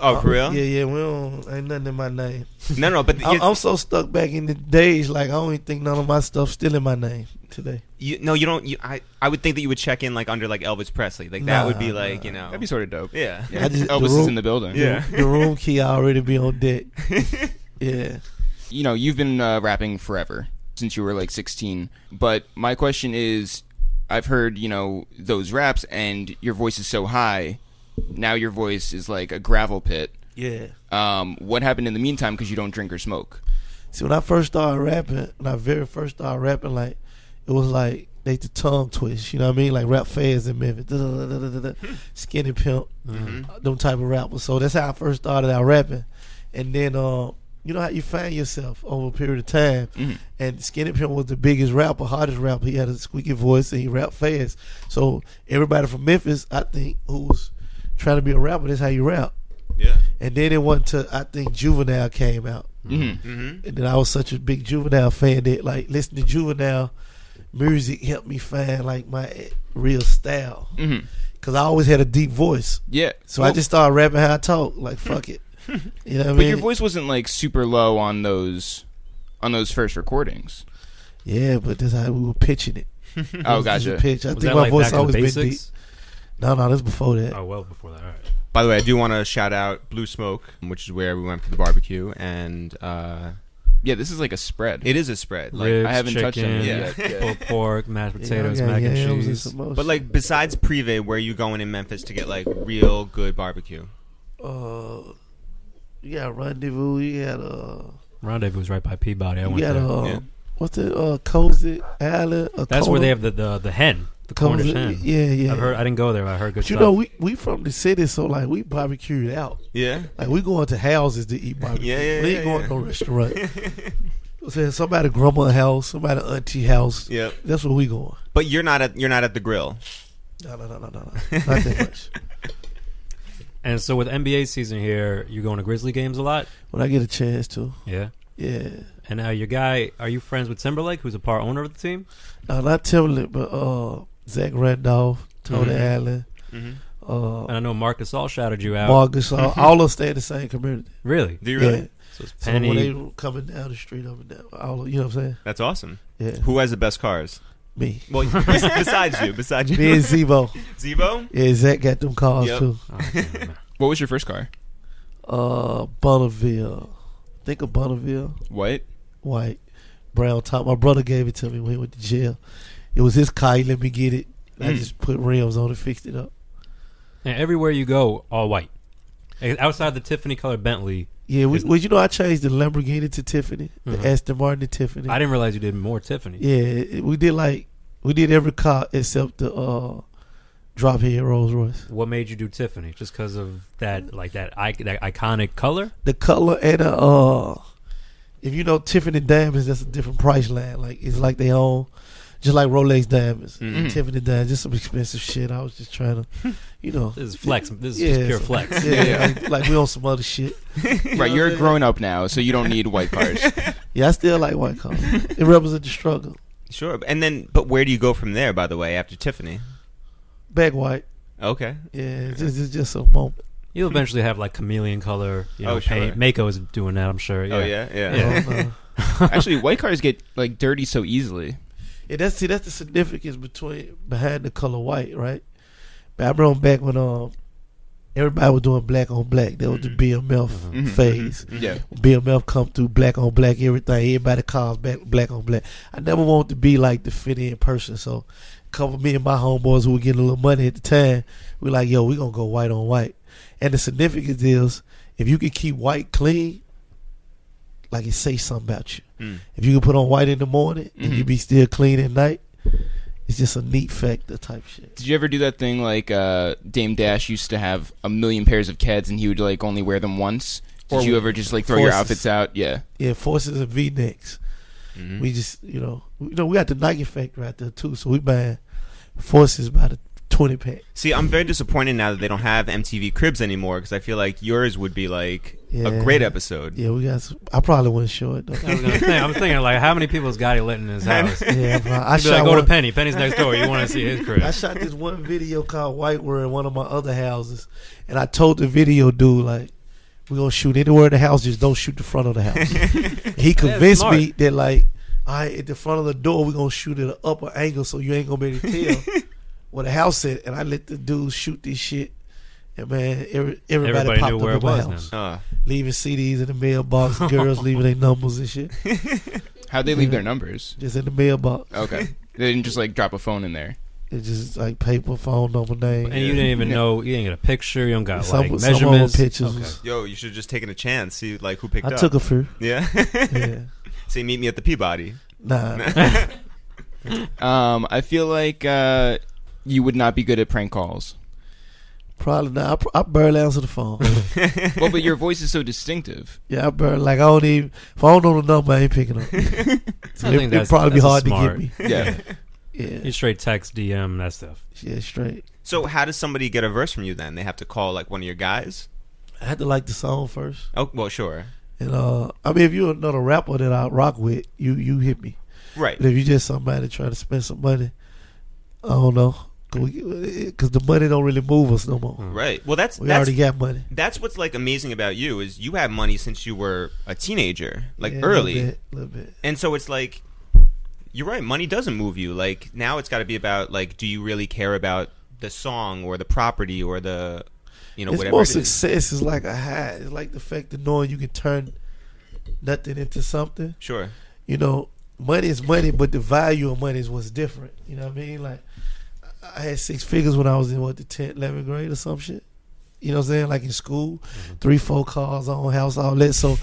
Speaker 3: oh, for real?
Speaker 6: Yeah, yeah. We don't ain't nothing in my name.
Speaker 3: No, no, but
Speaker 6: I,
Speaker 3: you,
Speaker 6: I'm so stuck back in the days. Like I don't even think none of my stuff still in my name today.
Speaker 3: you- no, you don't. You, I I would think that you would check in like under like Elvis Presley. Like that
Speaker 6: Nah,
Speaker 3: would be like you know.
Speaker 2: That'd be sort of dope.
Speaker 3: yeah.
Speaker 2: Yeah.
Speaker 6: I just- the
Speaker 2: Elvis is
Speaker 6: room-
Speaker 2: in the building.
Speaker 3: Yeah.
Speaker 6: The room key already be on deck. yeah.
Speaker 2: You know, you've been uh, rapping forever since you were like 16. But my question is, I've heard you know those raps, and your voice is so high. Now your voice is like a gravel pit.
Speaker 6: Yeah.
Speaker 2: Um, what happened in the meantime? Because you don't drink or smoke.
Speaker 6: See, when I first started rapping, when I very first started rapping, like it was like they used to tongue twist. You know what I mean? Like rap fast in Memphis, duh, duh, duh, duh, duh, duh, duh, skinny pimp, uh, them type of rappers. So that's how I first started out rapping, and then uh, you know how you find yourself over a period of time. And Skinny Pimp was the biggest rapper, hardest rapper. He had a squeaky voice and he rapped fast. So everybody from Memphis, I think, who was trying to be a rapper, that's how you rap.
Speaker 3: Yeah.
Speaker 6: And then it went to I think Juvenile came out.
Speaker 2: Mm-hmm.
Speaker 3: Mm-hmm.
Speaker 6: And then I was such a big juvenile fan that like listening to juvenile music helped me find like my real style
Speaker 2: Mm-hmm.
Speaker 6: because I always had a deep voice.
Speaker 2: Yeah.
Speaker 6: So I
Speaker 2: Well,
Speaker 6: just started rapping how I talk. Like fuck it, you know what I
Speaker 2: But
Speaker 6: mean?
Speaker 2: your voice wasn't like super low on those on those first recordings.
Speaker 6: yeah, but that's how we were pitching it.
Speaker 2: oh,
Speaker 6: It was just a
Speaker 2: gotcha.
Speaker 6: Pitch.
Speaker 5: Was
Speaker 6: I think
Speaker 5: that
Speaker 6: my
Speaker 5: like
Speaker 6: voice
Speaker 5: back in the
Speaker 6: always been deep.
Speaker 5: basics?
Speaker 6: No, no, that's before that.
Speaker 5: Oh well, before that. All right.
Speaker 3: By the way, I do want to shout out Blue Smoke, which is where we went for the barbecue, and uh,
Speaker 2: Yeah, this is like a spread.
Speaker 3: it is a spread. Like,
Speaker 5: Ribs,
Speaker 2: I haven't
Speaker 5: chicken,
Speaker 2: touched any
Speaker 3: yet.
Speaker 2: Yeah.
Speaker 5: pulled pork, mashed
Speaker 6: Yeah,
Speaker 5: potatoes,
Speaker 6: I got
Speaker 5: mac and
Speaker 6: yams
Speaker 5: cheese.
Speaker 6: some other
Speaker 3: But
Speaker 6: shit.
Speaker 3: like besides Privé, where are you going in Memphis to get like real good barbecue?
Speaker 6: uh, you got rendezvous. You got uh,
Speaker 5: Rendezvous was right by Peabody. I
Speaker 6: you
Speaker 5: went
Speaker 6: got
Speaker 5: there.
Speaker 6: uh,
Speaker 3: Yeah.
Speaker 6: what's the uh, cozy alley? uh,
Speaker 5: That's where
Speaker 6: Coda?
Speaker 5: they have the the, the hen, the Cornish
Speaker 6: Cozy-
Speaker 5: hen.
Speaker 6: Yeah, yeah.
Speaker 5: I've heard. I didn't go there. but I heard good
Speaker 6: But you
Speaker 5: stuff.
Speaker 6: know, we we from the city, so like we barbecued out.
Speaker 3: Yeah.
Speaker 6: Like we going to houses to eat barbecue.
Speaker 3: Yeah, yeah,
Speaker 6: we ain't
Speaker 3: yeah,
Speaker 6: going
Speaker 3: yeah.
Speaker 6: to no restaurant. so somebody grandma house, somebody auntie house.
Speaker 3: Yep.
Speaker 6: That's where we going.
Speaker 3: But you're not at you're not at the grill.
Speaker 6: No, no, no, no, no, no. not that much.
Speaker 5: and so with NBA season here, you're going to Grizzly games a lot.
Speaker 6: When I get a chance to,
Speaker 5: Yeah.
Speaker 6: yeah.
Speaker 5: And uh, your guy, are you friends with Timberlake, who's a part owner of the team?
Speaker 6: No, not Timberlake, but uh, Zach Randolph, Tony
Speaker 5: Mhm.
Speaker 6: Allen,
Speaker 3: Mm-hmm.
Speaker 6: uh,
Speaker 5: And I know Marcus all shouted you out.
Speaker 6: Marcus. all- all of us stay in the same community.
Speaker 5: really?
Speaker 3: Do you really?
Speaker 6: Yeah.
Speaker 5: So it's
Speaker 6: So when
Speaker 5: Penny.
Speaker 6: they were coming down the street, up and down, all of- you know what I'm
Speaker 3: That's awesome.
Speaker 6: saying? Yeah,
Speaker 3: Who has the best cars?
Speaker 6: me,
Speaker 3: Well, bes- besides you, besides you,
Speaker 6: me and Zebo.
Speaker 3: Zeebo.
Speaker 6: Yeah, Zach got them cars
Speaker 3: Yep.
Speaker 6: too.
Speaker 5: Oh, damn it.
Speaker 2: What was your first car?
Speaker 6: Uh, Bonneville. Think of Bonneville.
Speaker 2: What?
Speaker 6: White, brown top. My brother gave it to me when he went to jail. It was his car. He let me get it. I
Speaker 2: Hmm.
Speaker 3: Mm.
Speaker 6: just put rims on it, fixed it up.
Speaker 5: and everywhere you go, all white. And Outside the Tiffany color Bentley,
Speaker 6: Yeah, we,
Speaker 5: Is-
Speaker 6: well, you know, I changed the Lamborghini to Tiffany,
Speaker 5: Mhm.
Speaker 6: the Aston Martin to Tiffany.
Speaker 5: I didn't realize you did more Tiffany.
Speaker 6: yeah, it- we did like we did every car except the uh, drop head Rolls Royce.
Speaker 5: What made you do Tiffany? Just because of that, like that, I- that iconic color.
Speaker 6: The color and the uh, if you know Tiffany diamonds, that's a different price line. Like it's like they own, just like Rolex diamonds,
Speaker 5: Mm-hmm.
Speaker 3: Mhm.
Speaker 6: Tiffany diamonds, just some expensive shit. I was just trying to, you know,
Speaker 5: This is flex. This is
Speaker 6: Yeah,
Speaker 5: just pure
Speaker 6: so-
Speaker 5: flex.
Speaker 6: Yeah,
Speaker 2: Yeah.
Speaker 6: Like, like we on some other shit.
Speaker 2: Right, you're grown up now, so you don't need white cars.
Speaker 6: Yeah, I still like white collar. It represents the struggle.
Speaker 3: Sure. And then, but where do you go from there? By the way, after Tiffany.
Speaker 6: Back white.
Speaker 3: Okay.
Speaker 6: Yeah, it's just, it's just a moment.
Speaker 5: You'll eventually have like chameleon color. You know,
Speaker 3: Oh, sure.
Speaker 5: paint. Mako is doing that. I'm sure. Yeah.
Speaker 3: Oh yeah, yeah.
Speaker 6: I don't know.
Speaker 2: Actually, white cars get like dirty so easily.
Speaker 6: Yeah, that's see, that's the significance between behind the color white, right? But I remember back when um everybody was doing black on black. That was
Speaker 5: Mm-hmm.
Speaker 6: the BMF
Speaker 2: Mhm.
Speaker 6: phase.
Speaker 3: Mm-hmm.
Speaker 2: Yeah.
Speaker 6: BMF come through black on black, everything. Everybody calls back black on black. I never wanted to be like the fit in person. So, a couple of me and my homeboys who were getting a little money at the time, we like, yo, we gonna go white on white. And the significance is, if you can keep white clean, like it say something about you.
Speaker 3: Mm.
Speaker 6: If you can put on white in the morning and you
Speaker 2: Mhm.
Speaker 6: be still clean at night, it's just a neat factor type shit.
Speaker 2: Did you ever do that thing like uh, Dame Dash used to have a million pairs of Keds and he would like only wear them once? Did
Speaker 6: Or
Speaker 2: you ever just like throw your
Speaker 6: forces.
Speaker 2: outfits out? Yeah.
Speaker 6: Yeah, forces and V necks.
Speaker 5: Mm-hmm.
Speaker 3: Mhm.
Speaker 6: We just, you know, you know, we got the Nike factor out there too, so we buying forces by the twenty pack.
Speaker 3: See, I'm very disappointed now that they don't have MTV Cribs anymore because I feel like yours would be like
Speaker 6: Yeah.
Speaker 3: a great episode.
Speaker 6: Yeah, we got. Some, I probably wouldn't show it though.
Speaker 5: I was gonna think- I'm thinking like, how many people's got it letting in his house?
Speaker 6: yeah, bro, I
Speaker 5: I
Speaker 6: shot
Speaker 5: should like, go
Speaker 6: one,
Speaker 5: to Penny. Penny's next door. You want to see his crib?
Speaker 6: I shot this one video called White Word in one of my other houses, and I told the video dude like, "We gonna shoot anywhere in the house, just don't shoot the front of the house." he convinced
Speaker 5: smart.
Speaker 6: me that like, all right, at the front of the door, we gonna shoot at an upper angle, so you ain't gonna be able to tell where the house is. And I let the dude shoot this shit, and man, every, everybody,
Speaker 5: Everybody
Speaker 6: popped
Speaker 5: knew
Speaker 6: up
Speaker 5: where
Speaker 6: in
Speaker 5: it
Speaker 6: my
Speaker 5: was
Speaker 6: house,
Speaker 3: Uh,
Speaker 6: leaving CDs in the mailbox, girls leaving their numbers and shit,
Speaker 2: How'd they leave
Speaker 6: Yeah.
Speaker 2: their numbers?
Speaker 6: just in the mailbox.
Speaker 2: Mm-hmm. Okay. they didn't just like drop a phone in there.
Speaker 6: It's just like paper, phone number, name.
Speaker 5: And you didn't even know. You didn't get a picture. You don't got
Speaker 6: some,
Speaker 5: like
Speaker 6: some old
Speaker 5: measurements.
Speaker 6: pictures.
Speaker 5: Okay.
Speaker 3: yo, you should have just taken a chance. See, like who picked
Speaker 6: I
Speaker 3: up.
Speaker 6: took a few.
Speaker 3: yeah.
Speaker 6: Yeah.
Speaker 3: See, meet me at the Peabody.
Speaker 6: Nah.
Speaker 2: Um, I feel like uh, you would not be good at prank calls.
Speaker 6: Probably not. I, pr- I barely answer the phone.
Speaker 2: well, but your voice is so distinctive.
Speaker 6: yeah, I barely like I don't even if I don't know the number, I ain't picking up. So
Speaker 5: I
Speaker 6: it,
Speaker 5: think
Speaker 6: it'd
Speaker 5: that's-
Speaker 6: probably be
Speaker 5: that's
Speaker 6: hard
Speaker 5: smart.
Speaker 6: to get me.
Speaker 2: Yeah.
Speaker 6: Yeah.
Speaker 5: You straight text, DM, that stuff.
Speaker 6: Yeah, straight.
Speaker 3: so, how does somebody get a verse from you? Then they have to call like one of your guys.
Speaker 6: I had to like the song first.
Speaker 3: Oh, well, sure.
Speaker 6: And uh I mean if you're another rapper that I rock with, you you hit me.
Speaker 3: Right.
Speaker 6: But if you just somebody trying to spend some money, I don't know. Cause, we- 'cause the money don't really move us no more.
Speaker 3: Right. Well, that's
Speaker 6: We
Speaker 3: that's
Speaker 6: already got money.
Speaker 3: that's what's like amazing about you is you had money since you were a teenager, like
Speaker 6: Yeah,
Speaker 3: early,
Speaker 6: little bit, little bit.
Speaker 3: and so it's like you're right. Money doesn't move you. Like now, it's got to be about like, do you really care about the song or the property or the, you know,
Speaker 6: it's
Speaker 3: whatever.
Speaker 6: more
Speaker 3: it is?
Speaker 6: success is like a high. It's like the fact of knowing you can turn nothing into something.
Speaker 3: Sure.
Speaker 6: You know, money is money, but the value of money is what's different. You know what I mean? Like, I I had six figures when I was in what the 10th, 11th grade or some shit. You know what I'm saying? Like in school,
Speaker 3: Mm-hmm.
Speaker 6: three, four cars, own house, all that. So,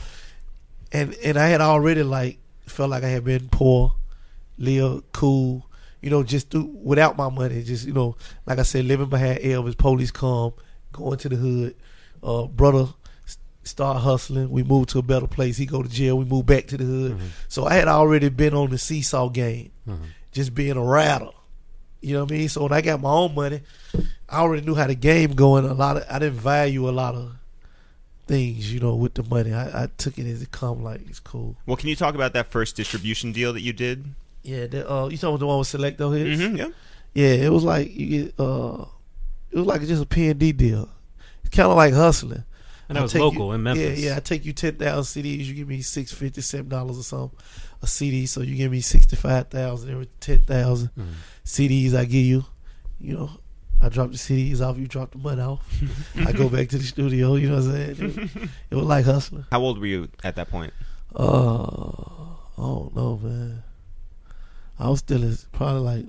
Speaker 6: and and I had already like felt like I had been poor, live cool, you know, just do without my money. Just you know, like I said, living behind Elvis. Police come, going to the hood. Uh, brother s- start hustling. We moved to a better place. He go to jail. We moved back to the hood. So I had already been on the seesaw game, just being a rattle. You know what I mean? So when I got my own money, I already knew how the game going. A lot of I didn't value a lot of things, you know, with the money. I, I took it as it come, like it's cool.
Speaker 3: Well, can you talk about that first distribution deal that you did?
Speaker 6: Yeah, the, uh, you talking about the one with Selecto hits?
Speaker 3: Mm-hmm, yeah.
Speaker 6: Yeah, it was like you get uh, it was like just a P and D deal. It's kind of like hustling.
Speaker 5: And that
Speaker 6: I
Speaker 5: was
Speaker 6: take you-
Speaker 5: local in Memphis.
Speaker 6: Yeah, yeah. I take you ten thousand CDs. You give me six fifty, seven dollars or something a CD. So you give me sixty five thousand every ten thousand
Speaker 5: Mhm.
Speaker 6: CDs I give you. You know, I drop the CDs off. You drop the money off. I go back to the studio. You know what I'm saying? It, it was like hustling.
Speaker 3: How old were you at that point?
Speaker 6: Uh, I don't know, man. I was still in probably like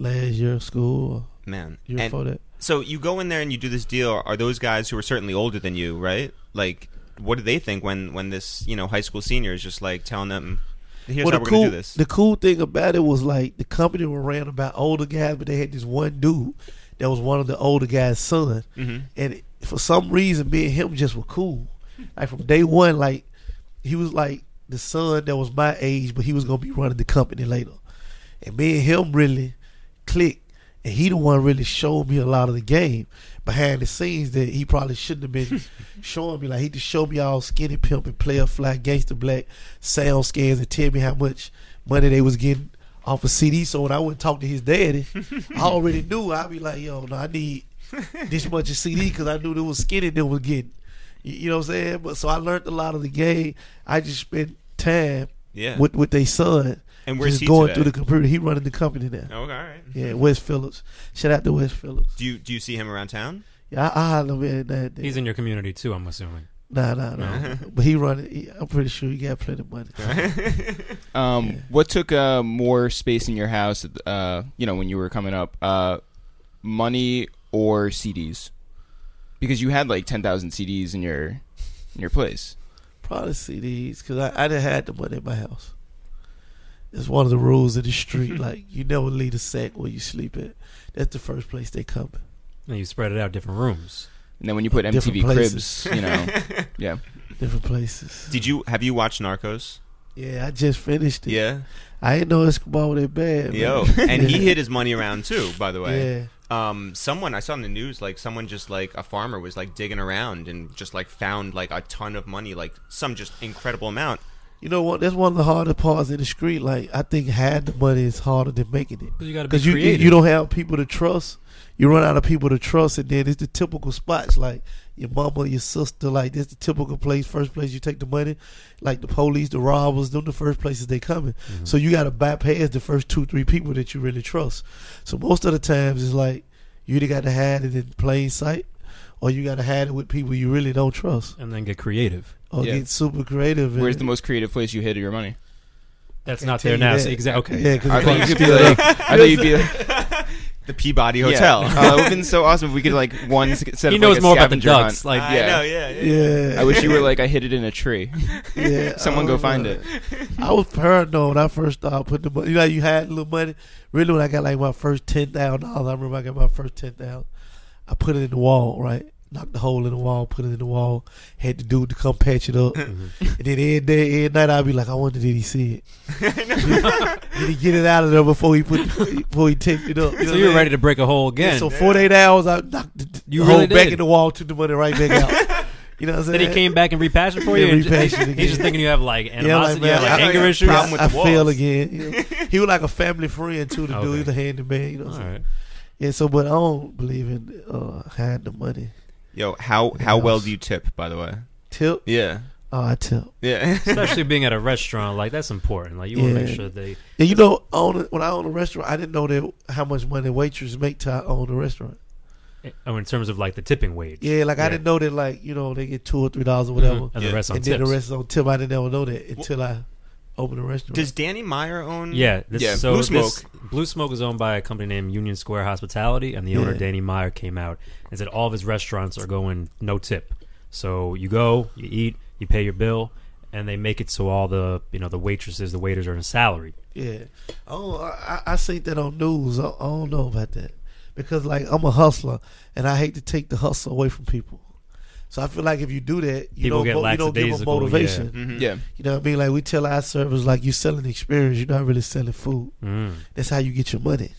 Speaker 6: last year of school or
Speaker 3: Man.
Speaker 6: year
Speaker 3: And
Speaker 6: before that.
Speaker 3: so you go in there and you do this deal. Are those guys who are certainly older than you, right? Like, what do they think when when this you know high school senior is just like telling them, "Here's
Speaker 6: Well,
Speaker 3: how
Speaker 6: the
Speaker 3: we're
Speaker 6: cool,
Speaker 3: gonna do this."
Speaker 6: The cool thing about it was like the company were ran about older guys, but they had this one dude that was one of the older guys' son,
Speaker 3: Mhm.
Speaker 6: and it, for some reason, me and him just were cool. Like from day one, like he was like the son that was my age, but he was gonna be running the company later, and me and him really clicked. And he the one really showed me a lot of the game behind the scenes that he probably shouldn't have been showing me. Like he just showed me all skinny pimp and player fly gangster black sound scans and tell me how much money they was getting off a CD. So when I went and talked to his daddy, I already knew. I'd be like, yo, no, I need this much of CD because I knew there was skinny they was getting. You, you know what I'm saying? But so I learned a lot of the game. I just spent time
Speaker 3: yeah.
Speaker 6: with with their son.
Speaker 3: and where's
Speaker 6: just
Speaker 3: he
Speaker 6: going
Speaker 3: today?
Speaker 6: through the computer. He running the company now.
Speaker 3: Oh, okay, all right.
Speaker 6: Yeah, West Phillips. Shout out to West Phillips.
Speaker 3: Do you do you see him around town?
Speaker 6: Yeah, I, I holler him every now and then.
Speaker 5: He's in your community too, I'm assuming.
Speaker 6: Nah, nah, nah. but he running. He, I'm pretty sure he got plenty of money.
Speaker 2: Um, What took uh, more space in your house? Uh, you know, when you were coming up, uh, money or CDs? Because you had like ten thousand CDs in your in your place.
Speaker 6: Probably CDs because I, I didn't have the money in my house. It's one of the rules of the street. like you never leave the sack where you sleep at. That's the first place they come.
Speaker 5: And you spread it out different rooms.
Speaker 2: And then when you put
Speaker 6: Different
Speaker 2: MTV
Speaker 6: places.
Speaker 2: Cribs, you know, yeah,
Speaker 6: Different places.
Speaker 3: Did you have you watched Narcos?
Speaker 6: Yeah, I just finished it.
Speaker 3: Yeah.
Speaker 6: I ain't know Escobar was that bad. man.
Speaker 3: Yo, and he hid his money around too. By the way.
Speaker 6: Yeah.
Speaker 3: um someone i saw in the news like someone just like a farmer was like digging around and just like found like a ton of money like some just incredible amount
Speaker 6: You know what? That's one of the hardest parts in the street. Like I think hiding the money is harder than making it.
Speaker 5: Because you got to be
Speaker 6: because you
Speaker 5: creative.
Speaker 6: you don't have people to trust. You run out of people to trust, and then it's the typical spots like your mama, your sister. Like that's the typical place, first place you take the money. Like the police, the robbers, them the first places they coming.
Speaker 5: Mm-hmm.
Speaker 6: So you got to bypass the first two, three people that you really trust. So most of the times it's like you either got to hide it in plain sight, or you got to hide it with people you really don't trust,
Speaker 5: and then get creative.
Speaker 6: or
Speaker 2: Yeah.
Speaker 6: get super creative. and-
Speaker 2: where's the most creative place you hid your money?
Speaker 5: That's
Speaker 6: can't
Speaker 5: not
Speaker 6: tell
Speaker 5: there
Speaker 6: you
Speaker 5: now.
Speaker 6: that.
Speaker 5: So exactly.
Speaker 6: Yeah, because
Speaker 2: I thought you could be like, I thought you'd be like,
Speaker 3: the peabody
Speaker 2: yeah.
Speaker 3: hotel
Speaker 2: Uh, it would've been so awesome if we could like one s- set.
Speaker 5: He
Speaker 2: up,
Speaker 5: knows
Speaker 2: like, a
Speaker 5: more about the
Speaker 2: scavenger hunt.
Speaker 5: ducks. Like,
Speaker 2: yeah.
Speaker 3: i know yeah, yeah.
Speaker 6: yeah.
Speaker 2: I wish you were like I hid it in a tree.
Speaker 6: Yeah,
Speaker 2: Someone
Speaker 6: I
Speaker 2: go
Speaker 6: don't
Speaker 2: find
Speaker 6: know.
Speaker 2: it.
Speaker 6: I was paranoid when I first started putting the money. You know, how you had a little money. Really, when I got like my first ten thousand dollars, I remember I got my first ten thousand. I put it in the wall, right? Knocked the hole in the wall, put it in the wall. Had the dude to come patch it up, and then every day, every night, I'd be like, I wonder did he see it? did he get it out of there before he put before he taped it up? You know
Speaker 5: So you
Speaker 6: what I'm
Speaker 5: were
Speaker 6: saying?
Speaker 5: ready to break a hole again.
Speaker 6: Yeah, so 48 hours, I knocked the,
Speaker 5: You
Speaker 6: the hole
Speaker 5: really
Speaker 6: back
Speaker 5: did.
Speaker 6: in the wall, took the money right back out. you know what I'm saying?
Speaker 5: then he came back and repatched it for you.
Speaker 6: Yeah,
Speaker 5: and ju-
Speaker 6: repatched it
Speaker 5: He's just
Speaker 6: again.
Speaker 5: thinking you have like animosity,
Speaker 6: man,
Speaker 5: you have,
Speaker 6: I-
Speaker 5: like, anger
Speaker 3: I-
Speaker 5: issues.
Speaker 3: problem with
Speaker 6: I
Speaker 3: the walls.
Speaker 6: fell again. you know. he was like a family friend too. The
Speaker 5: Okay.
Speaker 6: dude, the handyman. You know. What
Speaker 5: All
Speaker 6: I'm saying?
Speaker 5: right.
Speaker 6: Yeah. So, but I don't believe in uh, hiding the money.
Speaker 3: yo how how well do you tip by the way
Speaker 6: Tip.
Speaker 3: yeah
Speaker 6: Oh, I tip.
Speaker 3: yeah
Speaker 5: Especially being at a restaurant, like that's important. Like you want to
Speaker 6: Yeah.
Speaker 5: make sure they.
Speaker 6: And you know, on when I owned a restaurant, I didn't know that how much money waitresses make till I owned a restaurant.
Speaker 5: Oh, in terms of like the tipping wage.
Speaker 6: Yeah, like I didn't know that. Like you know, they get two or three dollars or whatever,
Speaker 5: And
Speaker 3: Yeah.
Speaker 5: the rest on
Speaker 6: and
Speaker 5: tips.
Speaker 6: then the rest is on tip. I didn't ever know that until I opened a restaurant.
Speaker 3: does danny meyer own
Speaker 5: yeah, this,
Speaker 2: Yeah,
Speaker 5: So
Speaker 3: Blue
Speaker 5: this- Blue Smoke is owned by a company named Union Square Hospitality, and the owner
Speaker 6: Yeah.
Speaker 5: Danny Meyer came out and said all of his restaurants are going no tip. So you go, you eat, you pay your bill, and they make it so all the you know the waitresses, the waiters are in salary.
Speaker 6: Yeah. Oh, I, I I see that on news. I, I don't know about that because like I'm a hustler and I hate to take the hustle away from people. So I feel like if you do that, you
Speaker 5: People
Speaker 6: don't
Speaker 5: get
Speaker 6: mo- you don't give them
Speaker 5: lackadaisical,
Speaker 6: motivation.
Speaker 3: Mhm.
Speaker 2: Yeah.
Speaker 6: You know what I mean? Like we tell our servers, like you're selling experience. You're not really selling food.
Speaker 5: Mm.
Speaker 6: That's how you get your money.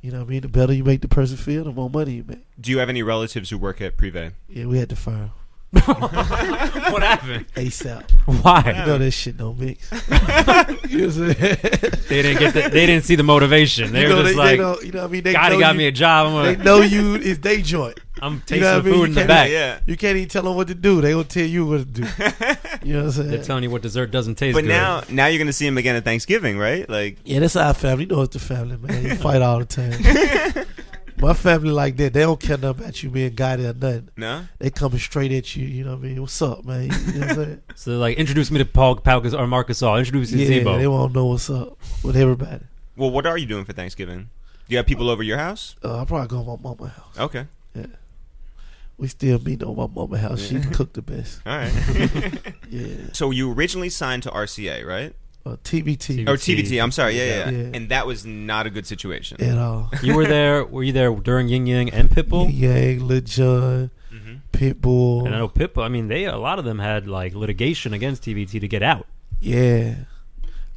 Speaker 6: You know what I mean? The better you make the person feel, the more money you make.
Speaker 3: Do you have any relatives who work at Privé?
Speaker 6: Yeah, we had to fire 'em
Speaker 5: what happened?
Speaker 6: ASAP. You
Speaker 5: Why
Speaker 6: know that shit don't mix. you know what I'm saying?
Speaker 5: they didn't get the, they didn't see the motivation? They
Speaker 6: You
Speaker 5: were
Speaker 6: know,
Speaker 5: just
Speaker 6: they,
Speaker 5: like,
Speaker 6: they don't, you know what I mean? They
Speaker 5: "Gotti
Speaker 6: know
Speaker 5: got
Speaker 6: you,
Speaker 5: me a job. I'm,
Speaker 6: They
Speaker 5: gonna,
Speaker 6: know you is they joint.
Speaker 5: I'm
Speaker 6: You
Speaker 5: tasting
Speaker 6: know what I mean?
Speaker 5: food
Speaker 6: You
Speaker 5: in the
Speaker 6: can't-
Speaker 5: back."
Speaker 3: Yeah.
Speaker 6: You can't even tell them what to do. They gonna tell you what to do. You know what I'm
Speaker 5: They're
Speaker 6: saying?
Speaker 5: telling you what dessert doesn't taste
Speaker 3: But
Speaker 5: good.
Speaker 3: now, now you're gonna see him again at Thanksgiving, right? Like,
Speaker 6: yeah, that's our family. You know it's the family, man. You fight all the time. My family like that. They don't care nothing about you being guided or nothing.
Speaker 3: no.
Speaker 6: They coming straight at you. You know what I mean? What's up, man? You know what I'm saying?
Speaker 5: so they're like, introduce me to Paul Palkas or Marcus All. Introduce me to
Speaker 6: yeah,
Speaker 5: Zebo.
Speaker 6: they won't know what's up with everybody.
Speaker 3: Well, what are you doing for Thanksgiving? Do you have people over your house?
Speaker 6: Uh, I'm probably going to my mama's house.
Speaker 3: Okay.
Speaker 6: We still meet on my mama's house. She cooked the best.
Speaker 3: All right.
Speaker 6: Yeah.
Speaker 3: so you originally signed to RCA, right?
Speaker 6: Uh, TBT
Speaker 3: Or TBT? I'm sorry. Yeah, yeah, yeah.
Speaker 6: Yeah.
Speaker 3: And that was not a good situation.
Speaker 6: at
Speaker 5: Oh,
Speaker 6: all.
Speaker 5: you were there. Were you there during Ying Yang and Pitbull?
Speaker 6: Ying Yang, Lil Jon,
Speaker 3: hmm
Speaker 6: Pitbull.
Speaker 5: Mm-hmm. And I know Pitbull. I mean, they a lot of them had like litigation against TBT to get out.
Speaker 6: Yeah.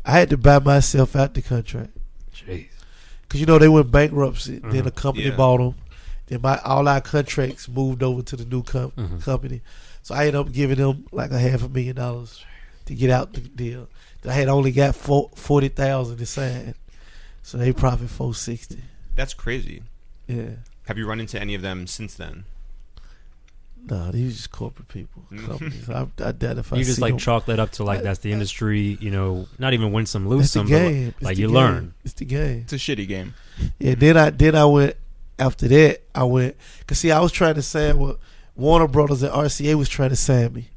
Speaker 6: I had to buy myself out the contract.
Speaker 5: Jeez.
Speaker 6: Because, you know, they went bankruptcy.
Speaker 5: Mm-hmm.
Speaker 6: Then a company
Speaker 3: Yeah.
Speaker 6: bought 'em. bought them. Then my, all our contracts moved over to the new com-
Speaker 5: Mm-hmm.
Speaker 6: company. So I ended up giving them like a half a million dollars to get out the deal. I had only got four, 40000 to sign. So they profit 460
Speaker 3: That's crazy.
Speaker 6: Yeah.
Speaker 3: Have you run into any of them since then?
Speaker 6: No, these just corporate people. Companies. I, I doubt if I
Speaker 5: Mm-hmm. you just
Speaker 6: see
Speaker 5: like
Speaker 6: them-
Speaker 5: chalk that up to like that's the industry. You know, not even win some, lose
Speaker 6: It's Uh,
Speaker 5: some.
Speaker 6: the
Speaker 5: but,
Speaker 6: game. It's
Speaker 5: like
Speaker 6: the
Speaker 5: you
Speaker 6: game.
Speaker 5: learn.
Speaker 6: It's the game.
Speaker 2: It's a shitty game.
Speaker 6: Yeah, then I then I went after that I went cause see I was trying to sign what Warner Brothers and RCA was trying to sign me,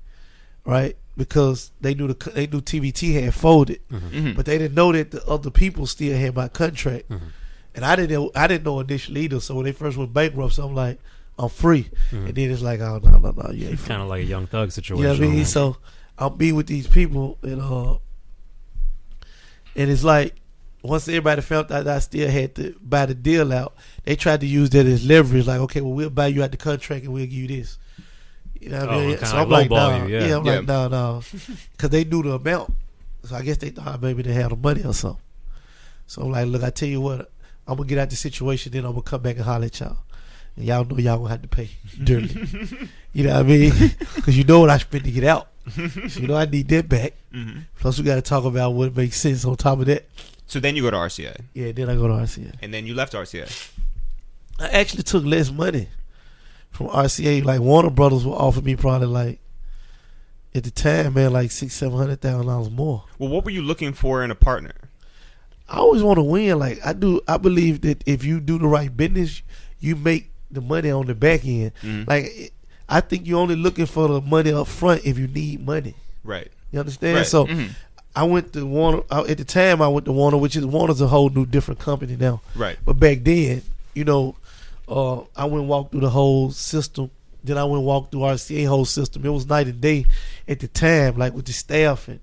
Speaker 6: right? Because they knew the co- they knew TBT had folded,
Speaker 2: Mhm.
Speaker 6: but they didn't know that the other people still had my contract,
Speaker 5: Mhm.
Speaker 6: and I didn't I didn't know initially either. So when they first went bankrupt, so I'm like I'm free,
Speaker 5: Mhm.
Speaker 6: and then it's like oh no no no you ain't
Speaker 5: It's
Speaker 6: free.
Speaker 5: kind of like a young thug
Speaker 6: You
Speaker 5: situation.
Speaker 6: know what I mean? So I'll be with these people and uh and it's like once everybody felt that I still had to buy the deal out, they tried to use that as leverage, like, okay, well we'll buy you out the contract and we'll give you this. You know what
Speaker 5: Oh,
Speaker 6: I mean?
Speaker 5: kinda
Speaker 6: So I'm
Speaker 5: like
Speaker 6: like,
Speaker 5: lowball
Speaker 6: nah.
Speaker 5: you,
Speaker 6: yeah.
Speaker 5: yeah.
Speaker 6: I'm
Speaker 2: Yeah.
Speaker 6: like, no, no. Cause they knew the amount. So I guess they thought maybe they had the money or something. So I'm like, look, I tell you what, I'm gonna get out the situation, then I'm gonna come back and holler at y'all. And y'all know y'all gonna have to pay dearly. you know what I mean? Because you know what I spent to get out. So you know I need that back.
Speaker 3: hmm
Speaker 6: Plus we got to talk about what makes sense on top of that.
Speaker 3: So then you go to RCA,
Speaker 6: Yeah, then I go to RCA.
Speaker 3: and then you left RCA.
Speaker 6: I actually took less money from RCA. Like Warner Brothers will offer me probably like at the time, man, like six, seven hundred thousand dollars more.
Speaker 3: Well, what were you looking for in a partner?
Speaker 6: I always want to win. Like I do, I believe that if you do the right business, you make the money on the back end.
Speaker 3: Mhm.
Speaker 6: Like it- I think you're only looking for the money up front if you need money.
Speaker 3: Right.
Speaker 6: You understand?
Speaker 3: Right. Mm-hmm.
Speaker 6: So
Speaker 2: Mhm.
Speaker 6: I went to Warner I, at the time. I went to Warner, which is Warner's a whole new different company now.
Speaker 3: Right.
Speaker 6: But back then, you know, uh, I went and walked through the whole system. Then I went and walked through RCA whole system. It was night and day at the time, like with the staffing.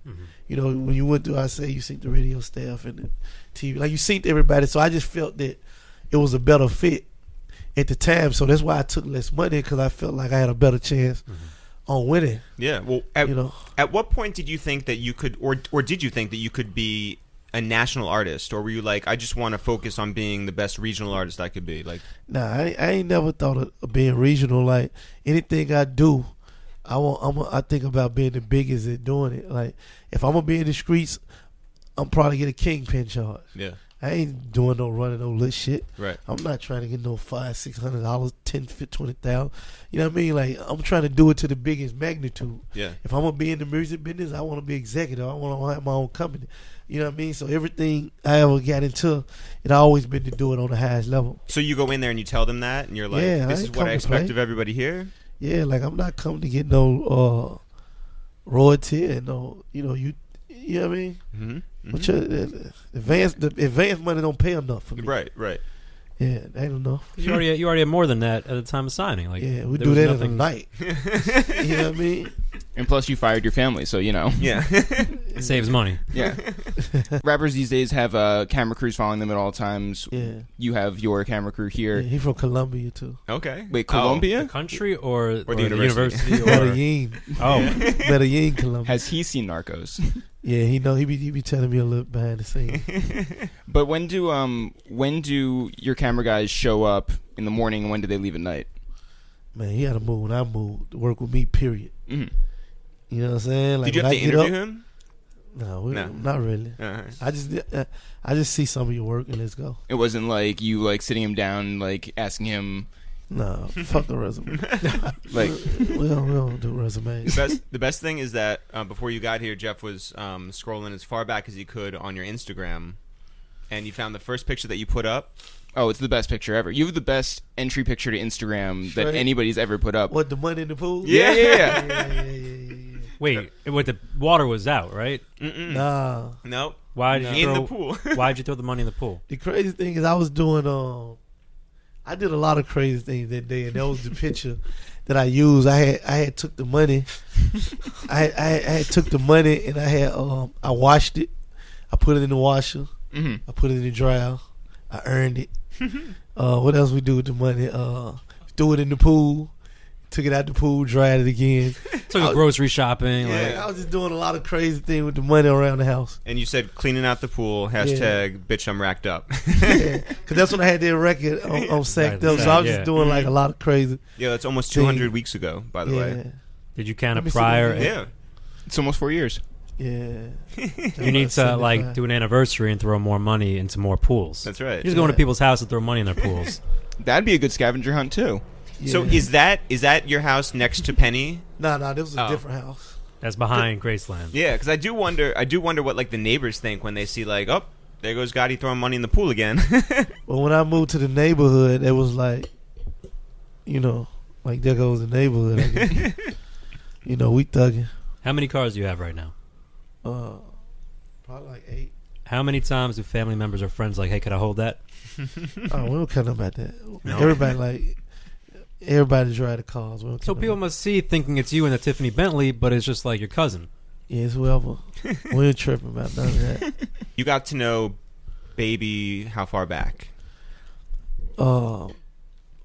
Speaker 6: You know, when you went through RCA, you seen the radio staff and the TV, like you seen everybody. So I just felt that it was a better fit at the time. So that's why I took less money because I felt like I had a better chance on winning.
Speaker 3: Yeah. Well, at,
Speaker 6: You know,
Speaker 3: at what point did you think that you could, or or did you think that you could be a national artist, or were you like, I just want to focus on being the best regional artist I could be? Like,
Speaker 6: Nah, I, ain't- I ain't never thought of, of being regional. Like anything I do, I want. I'm. a- I think about being the biggest at doing it. Like if I'm gonna be in the streets, I'm probably get a kingpin charge.
Speaker 3: yeah,
Speaker 6: I ain't doing no running no little shit.
Speaker 3: right.
Speaker 6: I'm not trying to get no five, six hundred dollars, ten, fifty, twenty thousand. You know what I mean? Like I'm trying to do it to the biggest magnitude.
Speaker 3: Yeah.
Speaker 6: If I'm gonna be in the music business, I want to be executive. I want to have my own company. You know what I mean? So everything I ever got into, it always been to do it on the highest level.
Speaker 3: So you go in there and you tell them that, and you're like,
Speaker 6: Yeah, I
Speaker 3: "This is
Speaker 6: ain't
Speaker 3: what I
Speaker 6: come to
Speaker 3: expect
Speaker 6: play.
Speaker 3: of everybody here."
Speaker 6: Yeah, like I'm not coming to get no uh royalty and no, you know, you you know what I mean?
Speaker 3: Mm-hmm.
Speaker 6: But your the advance the advance money don't pay enough for me.
Speaker 3: Right, right.
Speaker 6: Yeah, that ain't enough.
Speaker 5: 'Cause you already you already had more than that at the time of signing. Like
Speaker 6: Yeah, we
Speaker 5: there
Speaker 6: do
Speaker 5: was
Speaker 6: that in
Speaker 5: nothing-
Speaker 6: a night. you know what I mean?
Speaker 2: And plus, you fired your family, so you know.
Speaker 3: Yeah.
Speaker 5: It saves money.
Speaker 2: Yeah. Rappers these days have uh, camera crews following them at all times.
Speaker 6: Yeah.
Speaker 2: You have your camera crew
Speaker 6: yeah,
Speaker 2: here.
Speaker 6: he from Colombia too.
Speaker 3: okay.
Speaker 2: Wait,
Speaker 3: Oh.
Speaker 5: The
Speaker 2: Colombia?
Speaker 5: country or, or,
Speaker 3: the
Speaker 5: the
Speaker 3: university.
Speaker 5: university, or
Speaker 6: Medellin,
Speaker 5: oh
Speaker 6: Medellin, Colombia.
Speaker 2: Has he seen Narcos?
Speaker 6: yeah, he know he be he be telling me a little behind the scenes.
Speaker 2: But when do um when do your camera guys show up in the morning and when do they leave at night?
Speaker 6: Man, he had to move when I moved. Work with me, period.
Speaker 2: Mhm.
Speaker 6: You know what I'm saying?
Speaker 3: Did you
Speaker 6: when
Speaker 3: have
Speaker 6: I
Speaker 3: to
Speaker 6: get
Speaker 3: interview
Speaker 6: up-
Speaker 3: him?
Speaker 6: No, we,
Speaker 3: No.
Speaker 6: not really.
Speaker 3: Uh,
Speaker 6: I just uh, I just see some of your work and let's go.
Speaker 2: It wasn't like you like sitting him down, like asking him
Speaker 6: No, fuck the resume.
Speaker 2: like
Speaker 6: we, don't, we don't do resumes.
Speaker 3: the best the best thing is that uh, before you got here, Jeff was um, scrolling as far back as he could on your Instagram, and you found the first picture that you put up.
Speaker 2: Oh, it's the best picture ever. You have the best entry picture to Instagram that
Speaker 6: Straight.
Speaker 2: anybody's ever put up.
Speaker 6: What the money in the pool?
Speaker 2: Yeah, yeah, yeah.
Speaker 6: yeah, yeah, yeah, yeah.
Speaker 5: wait, what the water was out, right?
Speaker 3: Mm-mm.
Speaker 6: Nah.
Speaker 3: Nope.
Speaker 5: Why did you
Speaker 3: In
Speaker 5: throw,
Speaker 3: the pool.
Speaker 5: Why'd you throw the money in the pool?
Speaker 6: The crazy thing is, I was doing um, I did a lot of crazy things that day, and that was the picture that I used. I had I had took the money, I had, I, had, I had took the money, and I had um, I washed it, I put it in the washer,
Speaker 2: hmm
Speaker 6: I put it in the dryer, I earned it. uh, what else we do with the money? Uh, threw it in the pool, took it out the pool, dried it again.
Speaker 5: Took
Speaker 6: I-
Speaker 5: a grocery shopping.
Speaker 3: Yeah.
Speaker 5: Like,
Speaker 6: I was just doing a lot of crazy things with the money around the house.
Speaker 3: And you said cleaning out the pool. Hashtag bitch, I'm racked up.
Speaker 6: Yeah, Cause that's when I had that record on, on Sacked
Speaker 5: Right,
Speaker 6: Up. So I was
Speaker 5: yeah. Mm-hmm.
Speaker 6: just doing like a lot of crazy.
Speaker 3: yeah, that's almost 200 weeks ago, by the way.
Speaker 5: did you count
Speaker 6: Let
Speaker 5: a
Speaker 6: me see
Speaker 5: prior?
Speaker 6: what you
Speaker 3: Yeah.
Speaker 2: It's almost four years.
Speaker 6: Yeah.
Speaker 5: You need to like do an anniversary and throw more money into more pools.
Speaker 3: That's
Speaker 5: You're
Speaker 3: right.
Speaker 5: just going to
Speaker 6: Yeah.
Speaker 5: people's house and throw money in their pools.
Speaker 2: That'd be a good scavenger hunt too.
Speaker 3: So is that is that your house next to Penny?
Speaker 6: no, no. This was a
Speaker 3: Oh.
Speaker 6: different house.
Speaker 5: That's behind Graceland.
Speaker 3: Yeah, because I do wonder. I do wonder what like the neighbors think when they see like, oh, there goes Gotti throwing money in the pool again.
Speaker 6: But when I moved to the neighborhood, it was like, you know, like there goes the neighborhood. I guess. you know, we thugging.
Speaker 5: How many cars do you have right now?
Speaker 6: Uh, probably like eight.
Speaker 5: How many times do family members or friends like, hey, could I hold that?
Speaker 6: oh, we don't care nothing about that. Everybody like, everybody drive the cars. We don't
Speaker 5: So
Speaker 6: care
Speaker 5: people
Speaker 6: nothing.
Speaker 5: must see thinking it's you and the Tiffany Bentley, but it's just like your cousin.
Speaker 6: yeah, it's whoever. we ain't tripping about none of that.
Speaker 3: you got to know baby how far back?
Speaker 6: uh,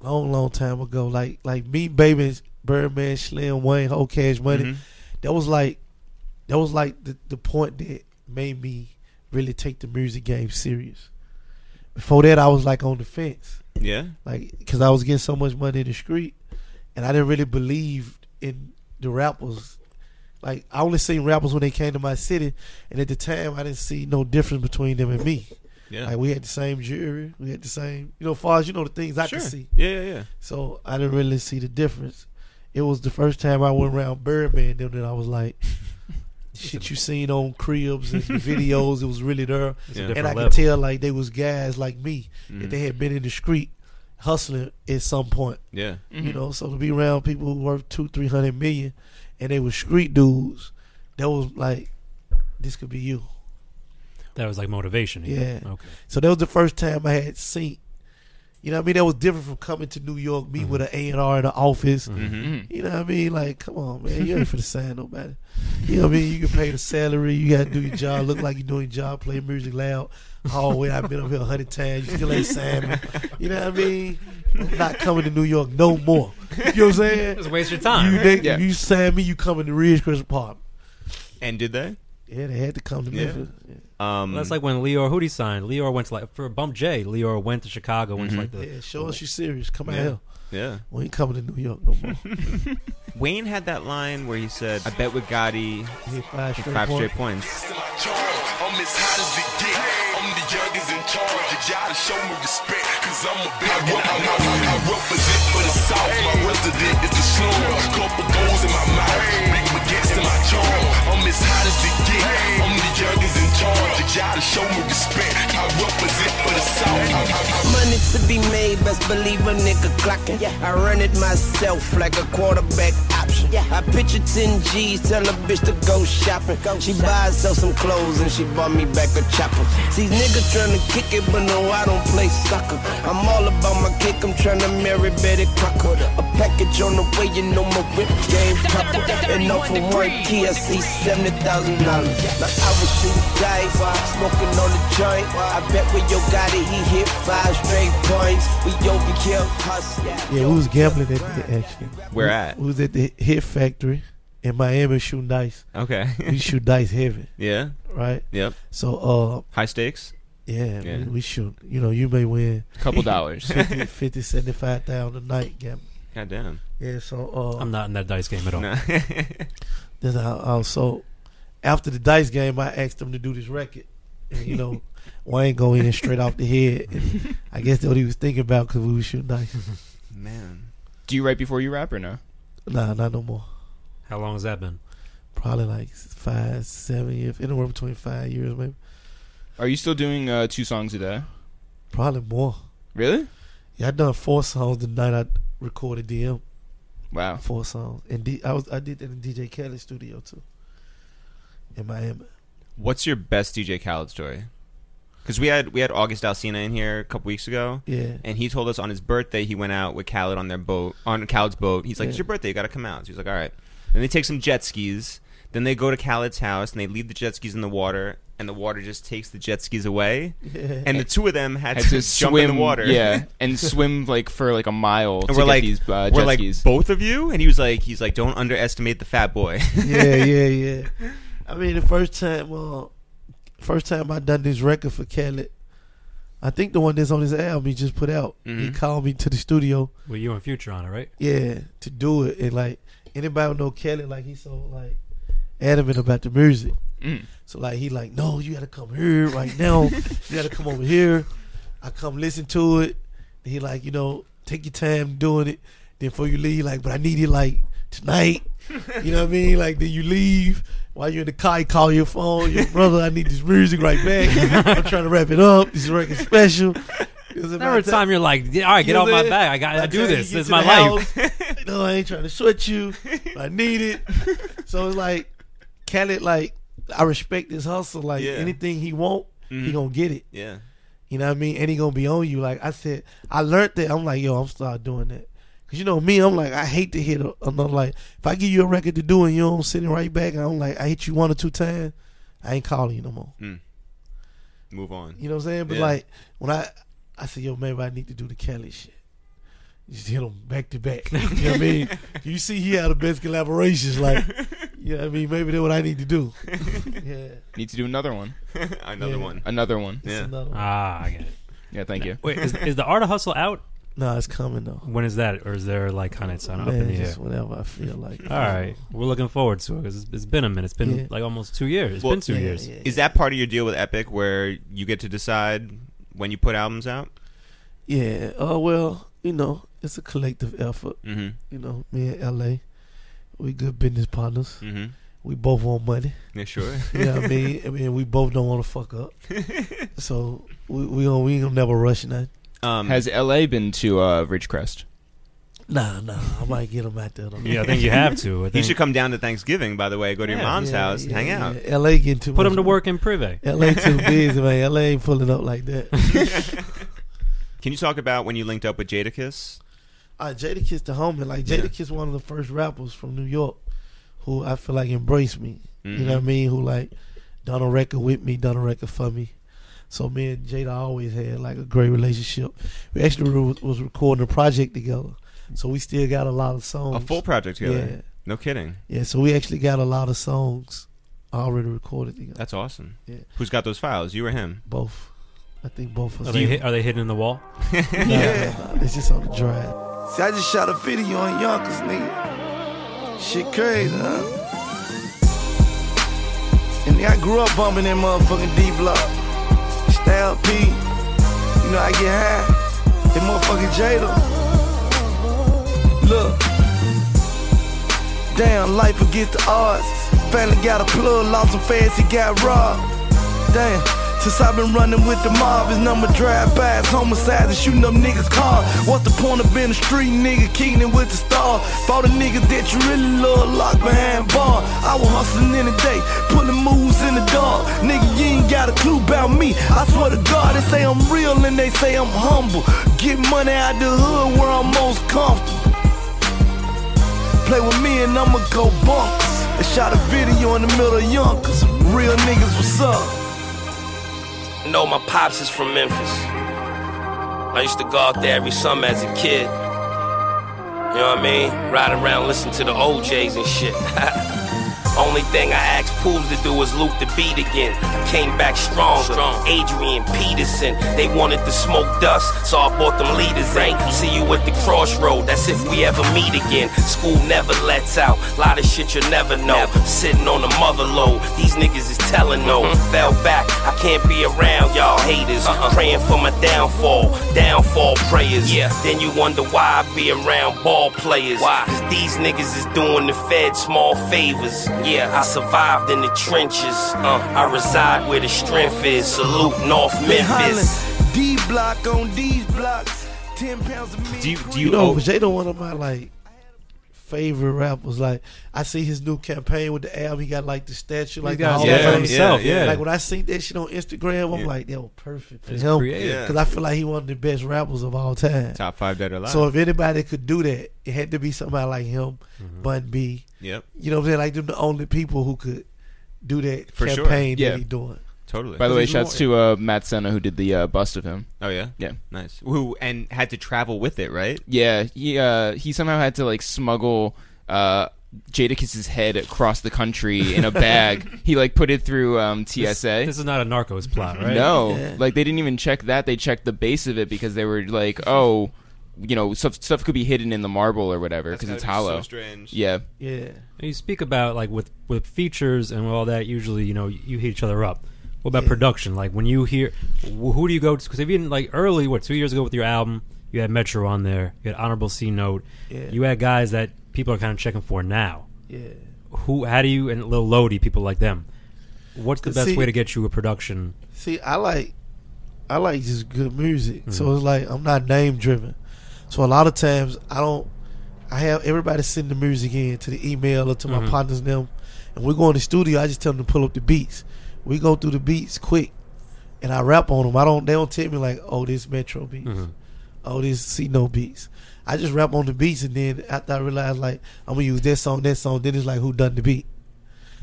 Speaker 6: long, long time ago. Like, like me, baby, Birdman, Slim, Wayne, Whole Cash Money.
Speaker 3: Mhm.
Speaker 6: That was like, that was like the, the point that made me really take the music game serious. Before that, I was like on the fence,
Speaker 3: Yeah.
Speaker 6: like because I was getting so much money in the street, and I didn't really believe in the rappers. Like I only seen rappers when they came to my city, and at the time I didn't see no difference between them and me.
Speaker 3: Yeah.
Speaker 6: Like we had the same jury, we had the same, you know, as far as you know the things I
Speaker 3: sure.
Speaker 6: could see.
Speaker 3: Yeah, yeah, yeah.
Speaker 6: So I didn't really see the difference. It was the first time I went around Birdman then that I was like, shit you seen on cribs and the videos, it was really there.
Speaker 5: It's
Speaker 3: Yeah.
Speaker 5: a different
Speaker 6: And I
Speaker 5: level.
Speaker 6: could tell like they was guys like me that
Speaker 3: Mhm.
Speaker 6: they had been in the street hustling at some point.
Speaker 3: Yeah.
Speaker 2: Mm-hmm.
Speaker 6: You know, so to be around people who worth two, three hundred million and they were street dudes, that was like, this could be you.
Speaker 5: that was like motivation.
Speaker 6: Yeah.
Speaker 5: Okay.
Speaker 6: So that was the first time I had seen. You know what I mean? That was different from coming to New York, me with an A and R in the office.
Speaker 3: Mm-hmm.
Speaker 2: Mhm.
Speaker 6: You know what I mean? Like, come on, man, you ain't finna sign nobody. You know what I mean? You can pay the salary, you gotta do your job, look like you're doing your job, play music loud. Hallway, I've been up here a hundred times, you still ain't signed me. You know what I mean? I'm not coming to New York no more. You know what I'm saying?
Speaker 5: Just waste your
Speaker 6: You
Speaker 5: time.
Speaker 6: they,
Speaker 2: Yeah.
Speaker 6: you sign me, you coming to Ridgecrest Park.
Speaker 3: And did they?
Speaker 6: Yeah, they had to come to
Speaker 3: Yeah.
Speaker 6: Memphis. Yeah.
Speaker 3: Um,
Speaker 5: That's like when Leor Hootie signed. Leor went to like for Bump J. Leor went to Chicago. Went to like the
Speaker 6: Mm-hmm. Yeah, show us you serious. Come out
Speaker 3: Yeah.
Speaker 6: here.
Speaker 3: yeah.
Speaker 6: We ain't coming to New York no more.
Speaker 3: Wayne had that line where he said, "I bet with Gotti,
Speaker 6: Hit five straight
Speaker 3: five
Speaker 6: points.
Speaker 3: straight points."
Speaker 7: Still I charge. I'm as hot as it get. I'm the youngest in charge. You gotta show me respect, cause I'm a big one. I, I, I represent for the South. My resident is the slum. Couple goals in my mouth. Big baguettes in my charm. I'm as hot as it get. I'm the youngest in charge. You gotta show me respect. I represent for the South. I, I, I
Speaker 8: Money to be made, best believe a nigga clocking. I run it myself like a quarterback option. I picture 10 G's, tell a bitch to go shopping. she buy herself some clothes and she bought me back a chopper. See, nigga tryna kick it, but no, I don't play soccer. I'm all about my kick, I'm tryna marry Betty Crocker. A Package on the way, you know my whip game proper. And off of one key, I see seventy thousand dollars. Now I was shooting dice, smoking on the joint. I bet with yo got it, he hit five straight points. We overkill, cuss,
Speaker 6: Yeah, we was gambling at the actually.
Speaker 3: Where at?
Speaker 6: We was at the Hit Factory in Miami shooting dice.
Speaker 3: Okay.
Speaker 6: We shoot dice heavy,
Speaker 3: yeah.
Speaker 6: right?
Speaker 3: Yep.
Speaker 6: So, uh,
Speaker 3: High stakes.
Speaker 6: yeah, we-
Speaker 3: Yeah.
Speaker 6: We, shoot. You know, you may win
Speaker 2: couple dollars.
Speaker 6: 50, 50 75,000 a night gambling.
Speaker 3: God damn.
Speaker 6: Yeah, so uh,
Speaker 3: Um,
Speaker 5: I'm not in that dice game at all.
Speaker 3: No.
Speaker 6: That's how, how so after the dice game I asked them to do this record. And, you know, Wayne go in straight off the head. And I guess that's what he was thinking about because we was shooting dice.
Speaker 3: Man.
Speaker 2: Do you write before you rap or no?
Speaker 6: Nah, not no more.
Speaker 5: How long has that been?
Speaker 6: Probably like five, seven years, anywhere between five years maybe.
Speaker 2: Are you still doing uh, two songs a day?
Speaker 6: Probably more.
Speaker 2: Really?
Speaker 6: Yeah, I done four songs the night I recorded DM.
Speaker 2: Wow.
Speaker 6: Four songs. And D, I was I did that in DJ Kelly's studio too. In Miami.
Speaker 3: What's your best DJ Khaled story? Because we had we had August Alsina in here a couple weeks ago,
Speaker 6: Yeah.
Speaker 3: and he told us on his birthday he went out with Khaled on their boat on Khaled's boat. He's like, "It's
Speaker 6: Yeah.
Speaker 3: your birthday, you got to come out." So he's like, "All right." Then they take some jet skis. Then they go to Khaled's house and they leave the jet skis in the water, and the water just takes the jet skis away.
Speaker 6: Yeah.
Speaker 3: And the two of them had,
Speaker 2: Had to
Speaker 3: to, jump
Speaker 2: swim,
Speaker 3: in the water.
Speaker 2: yeah, and swim like for like a mile.
Speaker 3: And
Speaker 2: to
Speaker 3: we're
Speaker 2: get
Speaker 3: like,
Speaker 2: these uh,
Speaker 3: we're
Speaker 2: jet
Speaker 3: like
Speaker 2: skis.
Speaker 3: both of you, and he was like, he's like, don't underestimate the fat boy.
Speaker 6: yeah, yeah, yeah. I mean, the first time, uh, first time I done this record for Khaled, I think the one that's on his album he just put out. He
Speaker 3: Mhm.
Speaker 6: called me to the studio,
Speaker 5: Well, you and Future on it, right?
Speaker 6: yeah, to do it. And like anybody who know Khaled, like he's so like adamant about the music.
Speaker 2: Mm.
Speaker 6: So like he like, no, you gotta come here right now. you gotta come over here. I come listen to it. And he like, you know, take your time doing it. Then before you leave, like, but I need it like tonight. You know what I mean? Like then you leave while you're in the car, you call your phone, your brother, I need this music right back. I'm trying to wrap it up. This record special.
Speaker 5: Every time you're like, yeah, all right, get off my back. I got, I do this. This is my life.
Speaker 6: no, I ain't trying to sweat you. but I need it. So it's like Khaled, like I respect his hustle. Like
Speaker 3: Yeah.
Speaker 6: anything he want,
Speaker 5: Mm-hmm.
Speaker 6: he gonna get it.
Speaker 3: yeah,
Speaker 6: You know what I mean? And he gonna be on you. Like I said, I learned that. I'm like, yo, I'm start doing that. Cause you know me, I'm like, I hate to hit a- another. Like if I give you a record to do and you don't send it right back, and I'm like, I hit you one or two times, I ain't calling you no more.
Speaker 3: move on.
Speaker 6: You know what I'm saying? But
Speaker 3: Yeah.
Speaker 6: like when I I said, yo, maybe I need to do the Kelly shit. You Just hit him back to back. You know what I mean? You see, he had the best collaborations. Like, you know what I mean? Maybe that's what I need to do. Yeah,
Speaker 2: Need to do another one.
Speaker 3: Another
Speaker 6: Yeah.
Speaker 3: one.
Speaker 2: Another one.
Speaker 6: it's
Speaker 3: Yeah.
Speaker 6: another one.
Speaker 5: Ah, I get it.
Speaker 2: Yeah, thank you.
Speaker 5: Wait, is, is the Art of Hustle out?
Speaker 6: Nah, it's coming though.
Speaker 5: When is that? Or is there like kind of something up in
Speaker 6: Man,
Speaker 5: the air?
Speaker 6: just whenever I feel like.
Speaker 5: All right, we're looking forward to it 'cause it's, it's been a minute. It's been
Speaker 6: Yeah.
Speaker 5: like almost two years. It's
Speaker 3: Well,
Speaker 5: been two
Speaker 6: Yeah,
Speaker 5: years.
Speaker 6: yeah,
Speaker 3: Is that part of your deal with Epic, where you get to decide when you put albums out?
Speaker 6: Yeah. Oh well, you know, it's a collective effort.
Speaker 3: Mm-hmm.
Speaker 6: You know, me and LA, we good business partners.
Speaker 3: Mm-hmm.
Speaker 6: We both want money.
Speaker 3: Yeah, sure.
Speaker 6: You know what I mean? I mean, we both don't want to fuck up. So we we gonna, we gonna never rush nothing.
Speaker 3: Um,
Speaker 2: Has LA been to uh, Ridgecrest?
Speaker 6: Nah, nah. I might get them out there. Though.
Speaker 5: Yeah, I think you have to. I
Speaker 3: you
Speaker 5: think.
Speaker 3: should come down to Thanksgiving, by the way. Go to your
Speaker 5: Yeah.
Speaker 3: mom's
Speaker 6: Yeah,
Speaker 3: house and
Speaker 6: yeah,
Speaker 3: hang out.
Speaker 6: yeah. LA getting too
Speaker 5: put
Speaker 6: much
Speaker 5: them to work in Privé.
Speaker 6: LA too busy, man. LA ain't pulling up like that.
Speaker 3: Can you talk about when you linked up with Jadakiss?
Speaker 6: uh, Jada Kiss the homie. Like Jada Kiss, one of the first rappers from New York, who I feel like embraced me. You know what I
Speaker 3: Mm-hmm.
Speaker 6: mean? Who like done a record with me, done a record for me. So me and Jada always had like a great relationship. We actually re- was recording a project together, so we still got a lot of
Speaker 3: A
Speaker 6: songs.
Speaker 3: full project together.
Speaker 6: yeah,
Speaker 3: No kidding.
Speaker 6: yeah. So we actually got a lot of songs already recorded together.
Speaker 3: That's awesome.
Speaker 6: Yeah.
Speaker 3: Who's got those files? You or him?
Speaker 6: Both, I think both of
Speaker 5: Are
Speaker 6: us.
Speaker 5: Oh, they, hit- are they hidden in the wall?
Speaker 6: Nah, nah, nah. It's just on the drive.
Speaker 9: See, I just shot a video on Yonkers, nigga. Shit crazy, huh? And I grew up bumping that motherfucking D block. Style P. You know, I get high. That motherfucking Jada. Look. Damn, life against the odds. Finally got a plug, lost some fast, he got robbed. Damn. Since I've been running with the mob, it's number drive-bys, homicides, and shooting up niggas' cars. What's the point of being a street nigga, kicking it with the star? For the niggas that you really love, locked behind bar. I was hustling any day, pulling moves in the dark. Nigga, you ain't got a clue about me. I swear to God, they say I'm real and they say I'm humble. Get money out the hood where I'm most comfortable. then I'ma go bump. They shot a video in the middle of Yonkers. Real niggas, what's up?
Speaker 10: No, my pops is from Memphis. I used to go out there every summer as a kid. You know what I mean? Ride around, listen to the OJs and shit. Only thing I asked Pools to do was loop the beat again. I came back stronger. Adrian Peterson, they wanted to smoke dust, so I bought them leaders in. See you at the crossroad, that's if we ever meet again. School never lets out, lot of shit you'll never know. Sitting on the mother load, these niggas is telling no. Fell back, I can't be around y'all haters. Praying for my downfall, downfall prayers. Uh-uh. Yeah. Then you wonder why I be around ball players. Why? Cause these niggas is doing the Fed small favors. Yeah, I survived in the trenches. Uh, I reside where the strength is. Salute North
Speaker 9: Been hollering.
Speaker 10: Memphis.
Speaker 9: D block on these blocks. Ten pounds of meat.
Speaker 3: Do you, do
Speaker 6: You
Speaker 3: you
Speaker 6: know,
Speaker 3: owe-
Speaker 6: Jada one of my like favorite rappers. Like I see his new campaign with the album. He got like the statue, like the
Speaker 5: got
Speaker 6: Hall
Speaker 5: yeah,
Speaker 6: of Fame.
Speaker 5: himself,
Speaker 3: yeah,
Speaker 5: yeah.
Speaker 3: yeah.
Speaker 6: Like when I seen that shit on Instagram, I'm
Speaker 3: Yeah.
Speaker 6: like, that was perfect for
Speaker 5: It's
Speaker 6: him.
Speaker 5: creative.
Speaker 3: Yeah.
Speaker 6: Because I feel like he one of the best rappers of all time.
Speaker 3: top five dead or alive?
Speaker 6: So if anybody could do that, it had to be somebody like him,
Speaker 3: Mm-hmm.
Speaker 6: Bun B.
Speaker 3: yep,
Speaker 6: You know what I'm saying? Like them the only people who could do that
Speaker 3: For sure.
Speaker 6: campaign
Speaker 2: Yeah.
Speaker 6: that he doing.
Speaker 3: totally.
Speaker 2: By the way, shouts to uh, Matt Senna who did the uh, bust of him.
Speaker 3: oh yeah,
Speaker 2: Yeah.
Speaker 3: nice. Who and had to travel with it, right?
Speaker 2: Yeah, he uh, he somehow had to like smuggle uh, Jadakiss' head across the country in a bag. he like put it through um, TSA.
Speaker 5: This, this is not a Narcos plot, right?
Speaker 2: No,
Speaker 6: Yeah.
Speaker 2: like they didn't even check that. They checked the base of it because they were like, oh, you know, stuff stuff could be hidden in the marble or whatever because it's hollow.
Speaker 3: So strange.
Speaker 2: yeah,
Speaker 6: Yeah.
Speaker 5: You speak about like with with features and all that. Usually, you know, you hit each other up. What about
Speaker 6: Yeah.
Speaker 5: production? Like when you hear, wh- who do you go to? Because if you didn't like early, what two years ago with your album, you had Metro on there, you had Honorable C Note,
Speaker 6: Yeah.
Speaker 5: you had guys that people are kind of checking for now.
Speaker 6: Yeah.
Speaker 5: Who? How do you and Lil Lodi people like them? What's the
Speaker 6: Cause
Speaker 5: best
Speaker 6: see-
Speaker 5: way to get you a production?
Speaker 6: See, I like I like just good music. So it's like I'm not name driven. So a lot of times I don't I have everybody send the music in to the email or to my partners and them and we go in the studio, I just tell them to pull up the beats. We go through the beats quick and I rap on them. I don't they don't tell me like, oh this Metro beats. Oh this C no beats. I just rap on the beats and then after I realize like I'm gonna use this song, that song, then it's like who done the beat.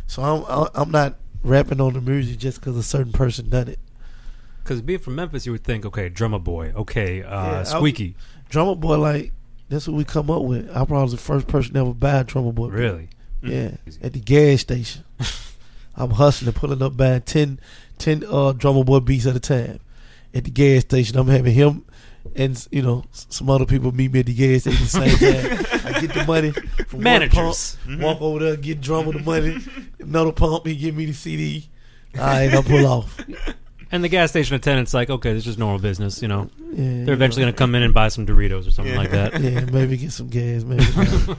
Speaker 6: So I'm I'm- I'm not rapping on the music just because a certain person done it.
Speaker 5: Because being from Memphis, you would think, okay, Drummer Boy, okay, uh,
Speaker 6: Yeah, I-
Speaker 5: Squeaky,
Speaker 6: Drummer Boy, like that's what we come up with. I probably was the first person to ever buy a Drummer Boy.
Speaker 5: really. Mm-hmm.
Speaker 6: Yeah, at the gas station. I'm hustling, pulling up, buying 10, 10 uh, Drummer Boy beats at a time. At the gas station, I'm having him and you know s- some other people meet me at the gas station at the same time. I get the money from one
Speaker 5: Managers.
Speaker 6: pump, walk over there, get Drummer the money, another pump, he give me the CD. I ain't gonna pull off.
Speaker 5: And the gas station attendant's like, okay, this is just normal business, you know.
Speaker 6: Yeah,
Speaker 5: They're eventually going to come in and buy some Doritos or something like that.
Speaker 6: yeah, maybe get some gas, maybe. not.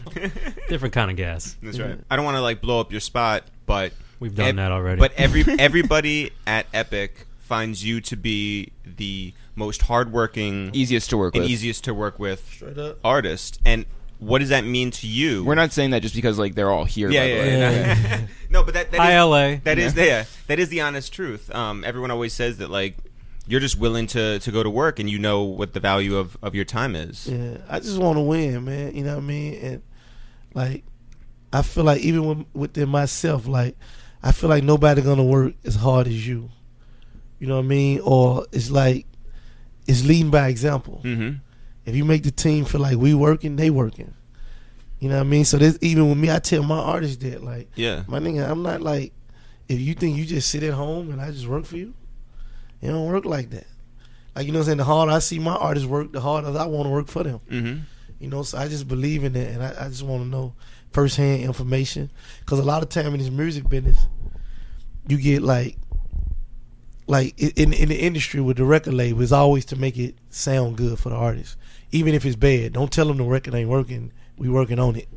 Speaker 5: Different kind of gas.
Speaker 3: That's right. I don't want to like blow up your spot, but
Speaker 5: We've done
Speaker 3: ev-
Speaker 5: that already.
Speaker 3: But every everybody at Epic finds you to be the most hardworking
Speaker 2: easiest to work
Speaker 3: and
Speaker 2: with.
Speaker 3: easiest to work with
Speaker 6: Straight up.
Speaker 3: artist. And what does that mean to you?
Speaker 2: We're not saying that just because like they're all here.
Speaker 3: Yeah,
Speaker 2: by the
Speaker 3: yeah,
Speaker 2: way.
Speaker 3: yeah, no. no, but that, that is-
Speaker 5: Hi, LA.
Speaker 3: That is yeah. That is the honest truth. Um, everyone always says that like you're just willing to, to go to work and you know what the value of, of your time is.
Speaker 6: Yeah, I just want to win, man. You know what I mean? And like, I feel like even when, within myself, like, I feel like nobody gonna work as hard as you. You know what I mean? Or it's like, it's leading by example.
Speaker 3: Mm-hmm.
Speaker 6: If you make the team feel like we working, they working. You know what I mean? So this even with me, I tell my artists that like,
Speaker 3: Yeah.
Speaker 6: my nigga, I'm not like, if you think you just sit at home and I just work for you, it don't work like that. Like you know what I'm saying? The harder I see my artists work, the harder I want to work for them.
Speaker 3: Mm-hmm.
Speaker 6: You know, so I just believe in that, and I, I just want to know firsthand information because a lot of time in this music business, you get like, like i- in in the industry with the record label, it's always to make it sound good for the artist, even if it's bad. Don't tell them the record ain't working. We working on it,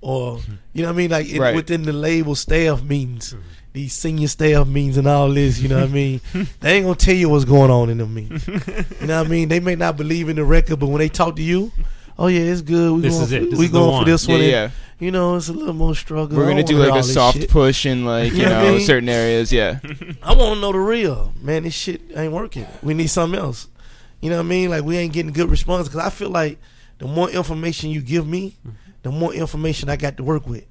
Speaker 6: or you know what I mean. Like in,
Speaker 2: Right.
Speaker 6: within the label staff meetings, these senior staff meetings and all this. You know what I mean. they ain't gonna tell you what's going on in them meetings. You know what I mean? They may not believe in the record, but when they talk to you, oh yeah, it's good. We
Speaker 5: This
Speaker 6: going
Speaker 5: is it.
Speaker 6: For,
Speaker 5: This
Speaker 6: we
Speaker 5: is the
Speaker 6: going
Speaker 5: one."
Speaker 6: for this
Speaker 2: Yeah,
Speaker 6: one. And,
Speaker 2: yeah.
Speaker 6: You know, it's a little more struggle.
Speaker 2: We're
Speaker 6: I
Speaker 2: gonna
Speaker 6: don't
Speaker 2: do
Speaker 6: wanna
Speaker 2: like
Speaker 6: hear
Speaker 2: a
Speaker 6: all
Speaker 2: soft
Speaker 6: this shit.
Speaker 2: push in like you
Speaker 6: You know what I
Speaker 2: know
Speaker 6: mean?
Speaker 2: certain areas. Yeah,
Speaker 6: I want to know the real man. This shit ain't working. We need something else. You know what I mean? Like we ain't getting good response because I feel like the more information you give me, the more information I got to work with.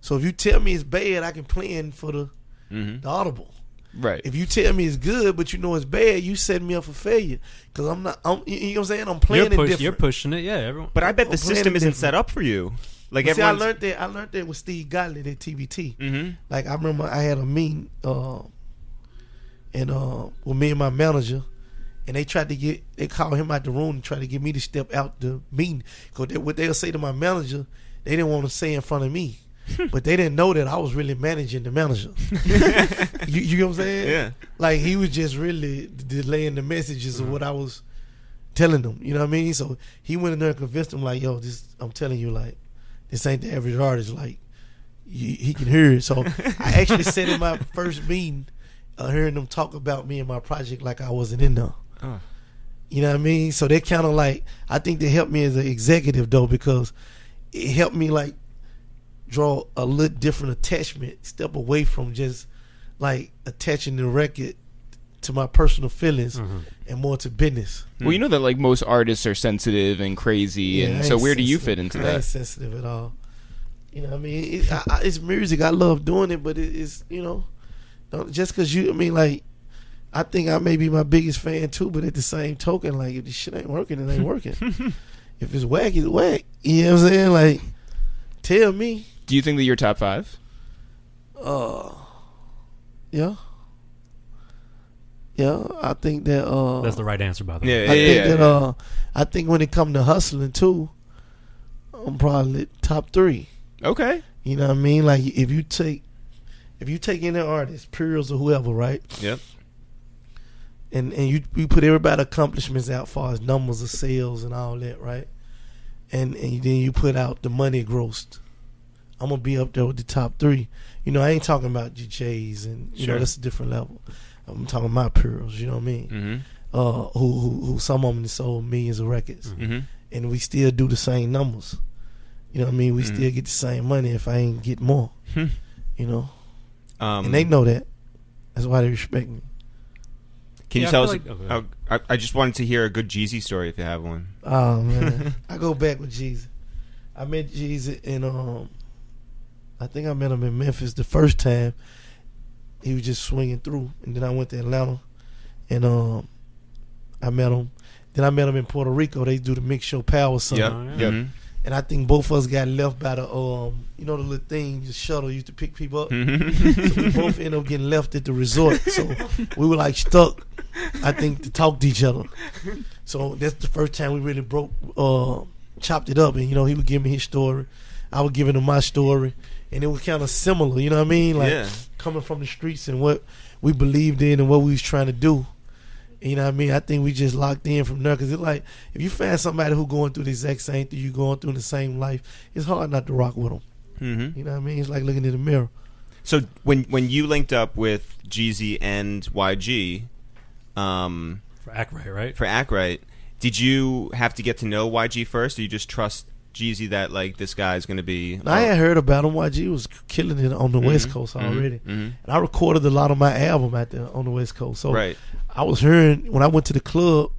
Speaker 6: So if you tell me it's bad, I can plan for the,
Speaker 2: Mm-hmm.
Speaker 6: the audible.
Speaker 2: Right.
Speaker 6: If you tell me it's good, but you know it's bad, you setting me up for failure because I'm not. I'm, you you know what I'm saying? I'm
Speaker 5: You're,
Speaker 6: planning
Speaker 5: push-
Speaker 6: different.
Speaker 5: you're pushing it. Yeah, everyone.
Speaker 3: But I bet the
Speaker 6: Well,
Speaker 3: system
Speaker 6: Brandon
Speaker 3: isn't
Speaker 6: didn't.
Speaker 3: set up for you. Like
Speaker 6: But see, I
Speaker 3: everyone's
Speaker 6: learned that I learned that with Steve Gottlieb at TBT.
Speaker 3: Mhm.
Speaker 6: Like I remember I had a meeting, uh, and uh, with me and my manager, and they tried to get they called him out the room and tried to get me to step out the meeting because they, what they'll say to my manager, they didn't want to say in front of me, but they didn't know that I was really managing the manager. you, you know what I'm saying?
Speaker 3: Yeah.
Speaker 6: Like he was just really delaying the messages of what I was telling them. You know what I mean? So he went in there and convinced them, like, yo, this I'm telling you, like, this ain't the average artist. Like, you, he can hear it. So I actually said in my first meeting, uh, hearing them talk about me and my project like I wasn't in there. You know what I mean? So they kind of like I think they helped me as an executive though because it helped me like draw a little different attachment, step away from just like attaching the record to my personal feelings and more to business.
Speaker 2: Well, you know that like most artists are sensitive and crazy,
Speaker 6: Yeah, I
Speaker 2: and so
Speaker 6: ain't
Speaker 2: where do you
Speaker 6: sensitive.
Speaker 2: fit into
Speaker 6: I ain't
Speaker 2: that?
Speaker 6: sensitive at all. You know, what I mean, it, I, I, it's music. I love doing it, but it, it's you know, don't, just because you. I mean, like, I think I may be my biggest fan too, but at the same token, like, if this shit ain't working, it ain't working. if it's whack, it's whack. You know what I'm saying? Like, tell me,
Speaker 2: Do you think that you're top five?
Speaker 6: uh, yeah, yeah. I think that uh,
Speaker 5: That's the right answer, by the way.
Speaker 3: yeah,
Speaker 6: I
Speaker 3: yeah,
Speaker 6: think
Speaker 2: yeah,
Speaker 6: that
Speaker 2: yeah.
Speaker 6: uh, I think when it come to hustling too, I'm probably top three.
Speaker 2: Okay.
Speaker 6: You know what I mean? Like if you take if you take any artist, Purials or whoever, right?
Speaker 3: Yep.
Speaker 6: And and you you put everybody accomplishments out far as numbers of sales and all that, right? And and then you put out the money grossed. I'm gonna be up there with the top three. You know, I ain't talking about DJs and you know
Speaker 3: Sure.
Speaker 6: that's a different level. I'm talking about Purials. You know what I mean?
Speaker 3: Mm-hmm.
Speaker 6: Uh, who, who who some of them sold millions of records
Speaker 3: Mm-hmm.
Speaker 6: and we still do the same numbers. You know what I mean? We
Speaker 3: Mhm.
Speaker 6: still get the same money if I ain't get more.
Speaker 3: Hmm.
Speaker 6: you know,
Speaker 3: Um,
Speaker 6: and they know that. That's why they respect me.
Speaker 3: Can
Speaker 5: Yeah, I
Speaker 3: you tell us?
Speaker 5: feel like- okay.
Speaker 3: uh, I, I just wanted to hear a good Jeezy story if you have one.
Speaker 6: Oh man, I go back with Jesus. I met Jesus in um, I think I met him in Memphis the first time. He was just swinging through, and then I went to Atlanta, and um, I met him. Then I met him in Puerto Rico. They do the mix show power summer.
Speaker 5: Yep. yeah.
Speaker 3: Mhm.
Speaker 6: and I think both of us got left by the um, you know, the little thing the shuttle used to pick people up. so we both ended up getting left at the resort. So we were like stuck. I think to talk to each other. So that's the first time we really broke, uh, chopped it up, and you know he would give me his story, I would give him my story, and it was kind of similar. You know what I mean? Like
Speaker 3: Yeah.
Speaker 6: coming from the streets and what we believed in and what we was trying to do. You know what I mean? I think we just locked in from there because it's like if you find somebody who going through the exact same thing you going through in the same life, it's hard not to rock with them.
Speaker 3: Mhm.
Speaker 6: You know what I mean? It's like looking in the mirror.
Speaker 3: So when when you linked up with Jeezy and YG um,
Speaker 5: For Ackray, right?
Speaker 3: for Ackright, did you have to get to know YG first, or you just trust Jeezy that like this guy is going to be?
Speaker 6: And I uh, had heard about him. YG was killing it on the
Speaker 3: Mm-hmm.
Speaker 6: West Coast already, and I recorded a lot of my album out there on the West Coast. So
Speaker 3: Right.
Speaker 6: I was hearing when I went to the club,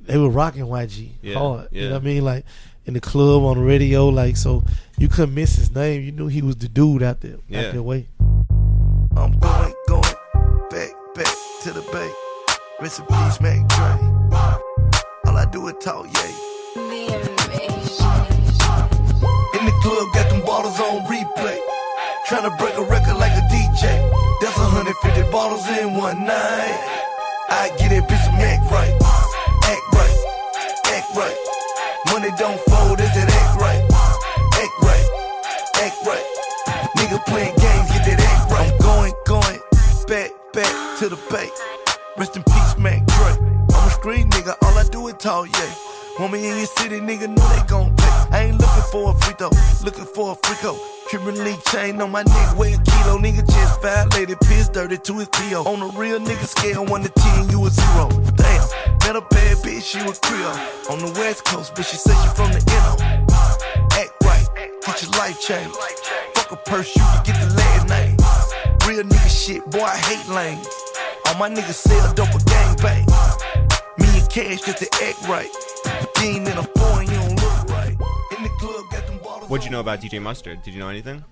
Speaker 6: they were rocking YG
Speaker 3: Yeah,
Speaker 6: hard. You
Speaker 3: yeah.
Speaker 6: know what I mean? Like in the club on the radio, like so you couldn't miss his name. You knew he was the dude out there,
Speaker 3: Yeah.
Speaker 6: out there way.
Speaker 9: I'm going, going back, back to the bay. Rest in peace, Mac Dre. All I do is talk, yeah. In the club, got them bottles on replay. Tryna break a record like a DJ. That's 150 bottles in one night. I get it, bitch, Mac right. Act right, act right. Money don't fold, is it act right? Act right, act right. Nigga playing games, get that act right. I'm going, going, back, back to the bay. Rest in peace, Mac Dre. I'm a street nigga, all I do is talk, yeah. Want me in your city, nigga, know they gon' pay. I ain't looking for a free throw, looking for a freako. Cuban league E chain on my neck, weigh a kilo. Nigga just violated, piss dirty to his PO. On a real nigga scale, 1 to 10, you a zero. Damn, met a bad bitch, she was Creole. On the west coast, but she said she from the NO. Act right, get your life changed. Fuck a purse, you can get the last name. Real nigga shit, boy, I hate lanes. All my niggas sell dope or gang bang. Me and Cash just to act right. Dean in a foreign, you don't look right. In the club, got them bottles.
Speaker 3: What'd you know about DJ Mustard? Did you know anything?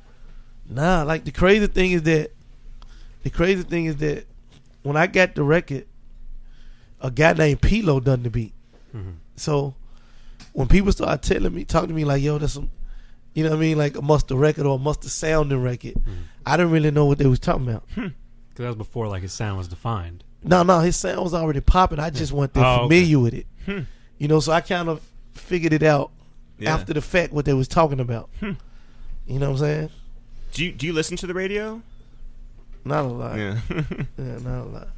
Speaker 6: Nah, like the crazy thing is that the crazy thing is that when I got the record, a guy named Pilo done the beat.
Speaker 5: Mm-hmm.
Speaker 6: So when people start telling me, talking to me like, "Yo, that's some," you know what I mean, like a mustard record or a mustard sounding record,
Speaker 5: Mm-hmm.
Speaker 6: I didn't really know what they was talking about.
Speaker 5: Hmm. Because that was before like his sound was defined.
Speaker 6: No, no, his sound was already popping. I just wasn't that
Speaker 5: Oh, okay.
Speaker 6: familiar with it. You know, so I kind of figured it out
Speaker 3: Yeah.
Speaker 6: after the fact what they was talking about.
Speaker 5: Hmm.
Speaker 6: You know what I'm saying?
Speaker 3: Do you do you listen to the radio?
Speaker 6: Not a lot. Yeah.
Speaker 3: Yeah.
Speaker 6: not a lot.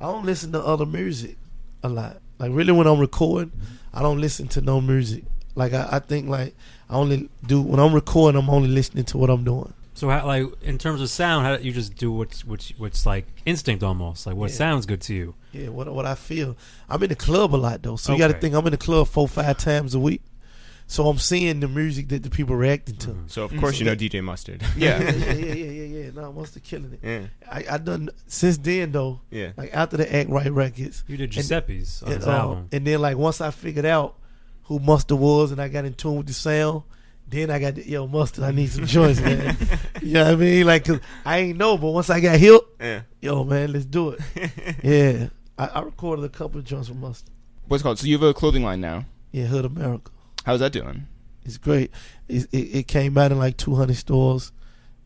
Speaker 6: I don't listen to other music a lot. Like really, when I'm recording, I don't listen to no music. Like I, I think like I only do when I'm recording, I'm only listening to what I'm doing.
Speaker 5: So how, like in terms of sound, how do you just do what's what's what's like instinct almost like what
Speaker 6: Yeah.
Speaker 5: sounds good to you.
Speaker 6: Yeah, what what I feel. I'm in the club a lot though, so you got to
Speaker 5: Okay.
Speaker 6: think I'm in the club four five times a week. So I'm seeing the music that the people reacting to.
Speaker 3: So of course you know DJ Mustard.
Speaker 6: yeah, yeah, yeah, yeah, yeah, yeah. No, must have killing it.
Speaker 3: Yeah.
Speaker 6: I, I done since then though.
Speaker 3: Yeah.
Speaker 6: Like after the Act Right records,
Speaker 5: You did
Speaker 6: and-
Speaker 5: Giuseppe's on
Speaker 6: and,
Speaker 5: his
Speaker 6: uh,
Speaker 5: album.
Speaker 6: and then like once I figured out who Mustard was and I got in tune with the sound, then I got the, yo Mustard. I need some joints, man. you know what I mean? Like 'cause I ain't know, but once I got hip,
Speaker 3: Yeah.
Speaker 6: yo man, let's do it. yeah, I, I recorded a couple of joints with Mustard.
Speaker 2: What's it called? So you have a clothing line now.
Speaker 6: Yeah, Hood America.
Speaker 2: How's that doing?
Speaker 6: It's great. It, it, it came out in like 200 stores.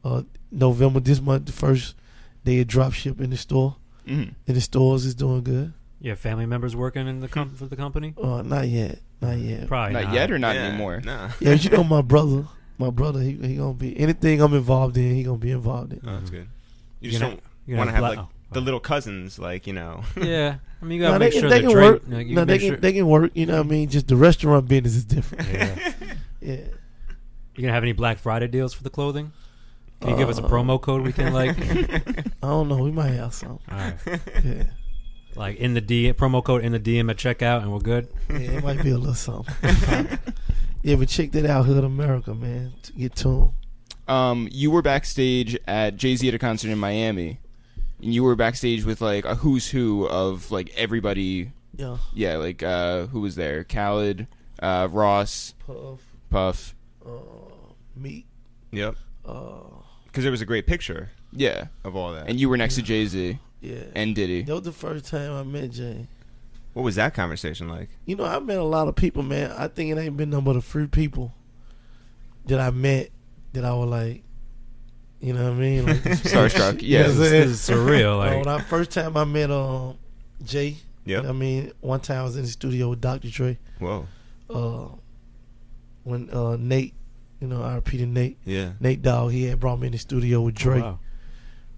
Speaker 6: Uh, November this month, the first day it drop ship in the store.
Speaker 2: Mm.
Speaker 6: In the stores, it's doing good.
Speaker 5: You have family members working in the com- for the company.
Speaker 6: Uh, not yet, not yet.
Speaker 5: Probably
Speaker 2: Not yet or not
Speaker 3: Yeah,
Speaker 2: anymore.
Speaker 3: Nah.
Speaker 6: Yeah, you know my brother. My brother, he, he gonna be anything I'm involved in. He gonna be involved in.
Speaker 3: Oh, that's good.
Speaker 5: You're
Speaker 3: You just
Speaker 5: gonna-
Speaker 3: don't
Speaker 5: Mm-hmm. you're gonna
Speaker 3: want to have
Speaker 5: bla-
Speaker 3: like
Speaker 5: oh,
Speaker 3: the
Speaker 5: okay.
Speaker 3: little cousins, like you know.
Speaker 5: Yeah, I mean you
Speaker 6: No,
Speaker 5: gotta
Speaker 6: they
Speaker 5: make
Speaker 6: can,
Speaker 5: sure
Speaker 6: they
Speaker 5: the
Speaker 6: can
Speaker 5: drape-
Speaker 6: work.
Speaker 5: like, you
Speaker 6: no, they
Speaker 5: make
Speaker 6: can
Speaker 5: sure-
Speaker 6: they can work. You know what I mean? Just the restaurant business is different.
Speaker 5: Yeah.
Speaker 6: Yeah.
Speaker 5: You gonna have any Black Friday deals for the clothing? Can
Speaker 6: Uh,
Speaker 5: you give us a promo code we can like,
Speaker 6: I don't know. We might have some.
Speaker 5: All right.
Speaker 6: Yeah.
Speaker 5: like in the D promo code in the DM at checkout, and we're good.
Speaker 6: yeah, it might be a little something. yeah, but check that out, Hood America, man. To get to 'em.
Speaker 2: Um, you were backstage at Jay Z at a concert in Miami, and you were backstage with like a who's who of like everybody.
Speaker 6: Yeah.
Speaker 2: Yeah, like uh, who was there? Khaled, uh, Ross,
Speaker 6: Puff, uh,
Speaker 2: Puff.
Speaker 6: Meek.
Speaker 3: yep. Because it Oh. was a great picture
Speaker 2: Yeah,
Speaker 3: of all that.
Speaker 2: and you were next to Jay Z
Speaker 6: Yeah.
Speaker 2: and Diddy.
Speaker 6: that was the first time I met Jay.
Speaker 3: what was that conversation like?
Speaker 6: You know, I met a lot of people, man. I think it ain't been nothing but a few people that I met that I was like, you know what I mean? Like,
Speaker 2: Starstruck.
Speaker 6: You
Speaker 2: Yeah.
Speaker 6: know what I'm
Speaker 5: This
Speaker 6: saying?
Speaker 5: is surreal.
Speaker 6: Uh,
Speaker 5: Like,
Speaker 6: when I first time I met um Jay, you
Speaker 3: Yep.
Speaker 6: know what I mean, one time I was in the studio with Dr. Dre.
Speaker 3: Whoa.
Speaker 6: Uh, when uh Nate, you know, I repeated Nate,
Speaker 3: Yeah.
Speaker 6: Nate Dog, he had brought me in the studio with Dre.
Speaker 5: Oh, wow.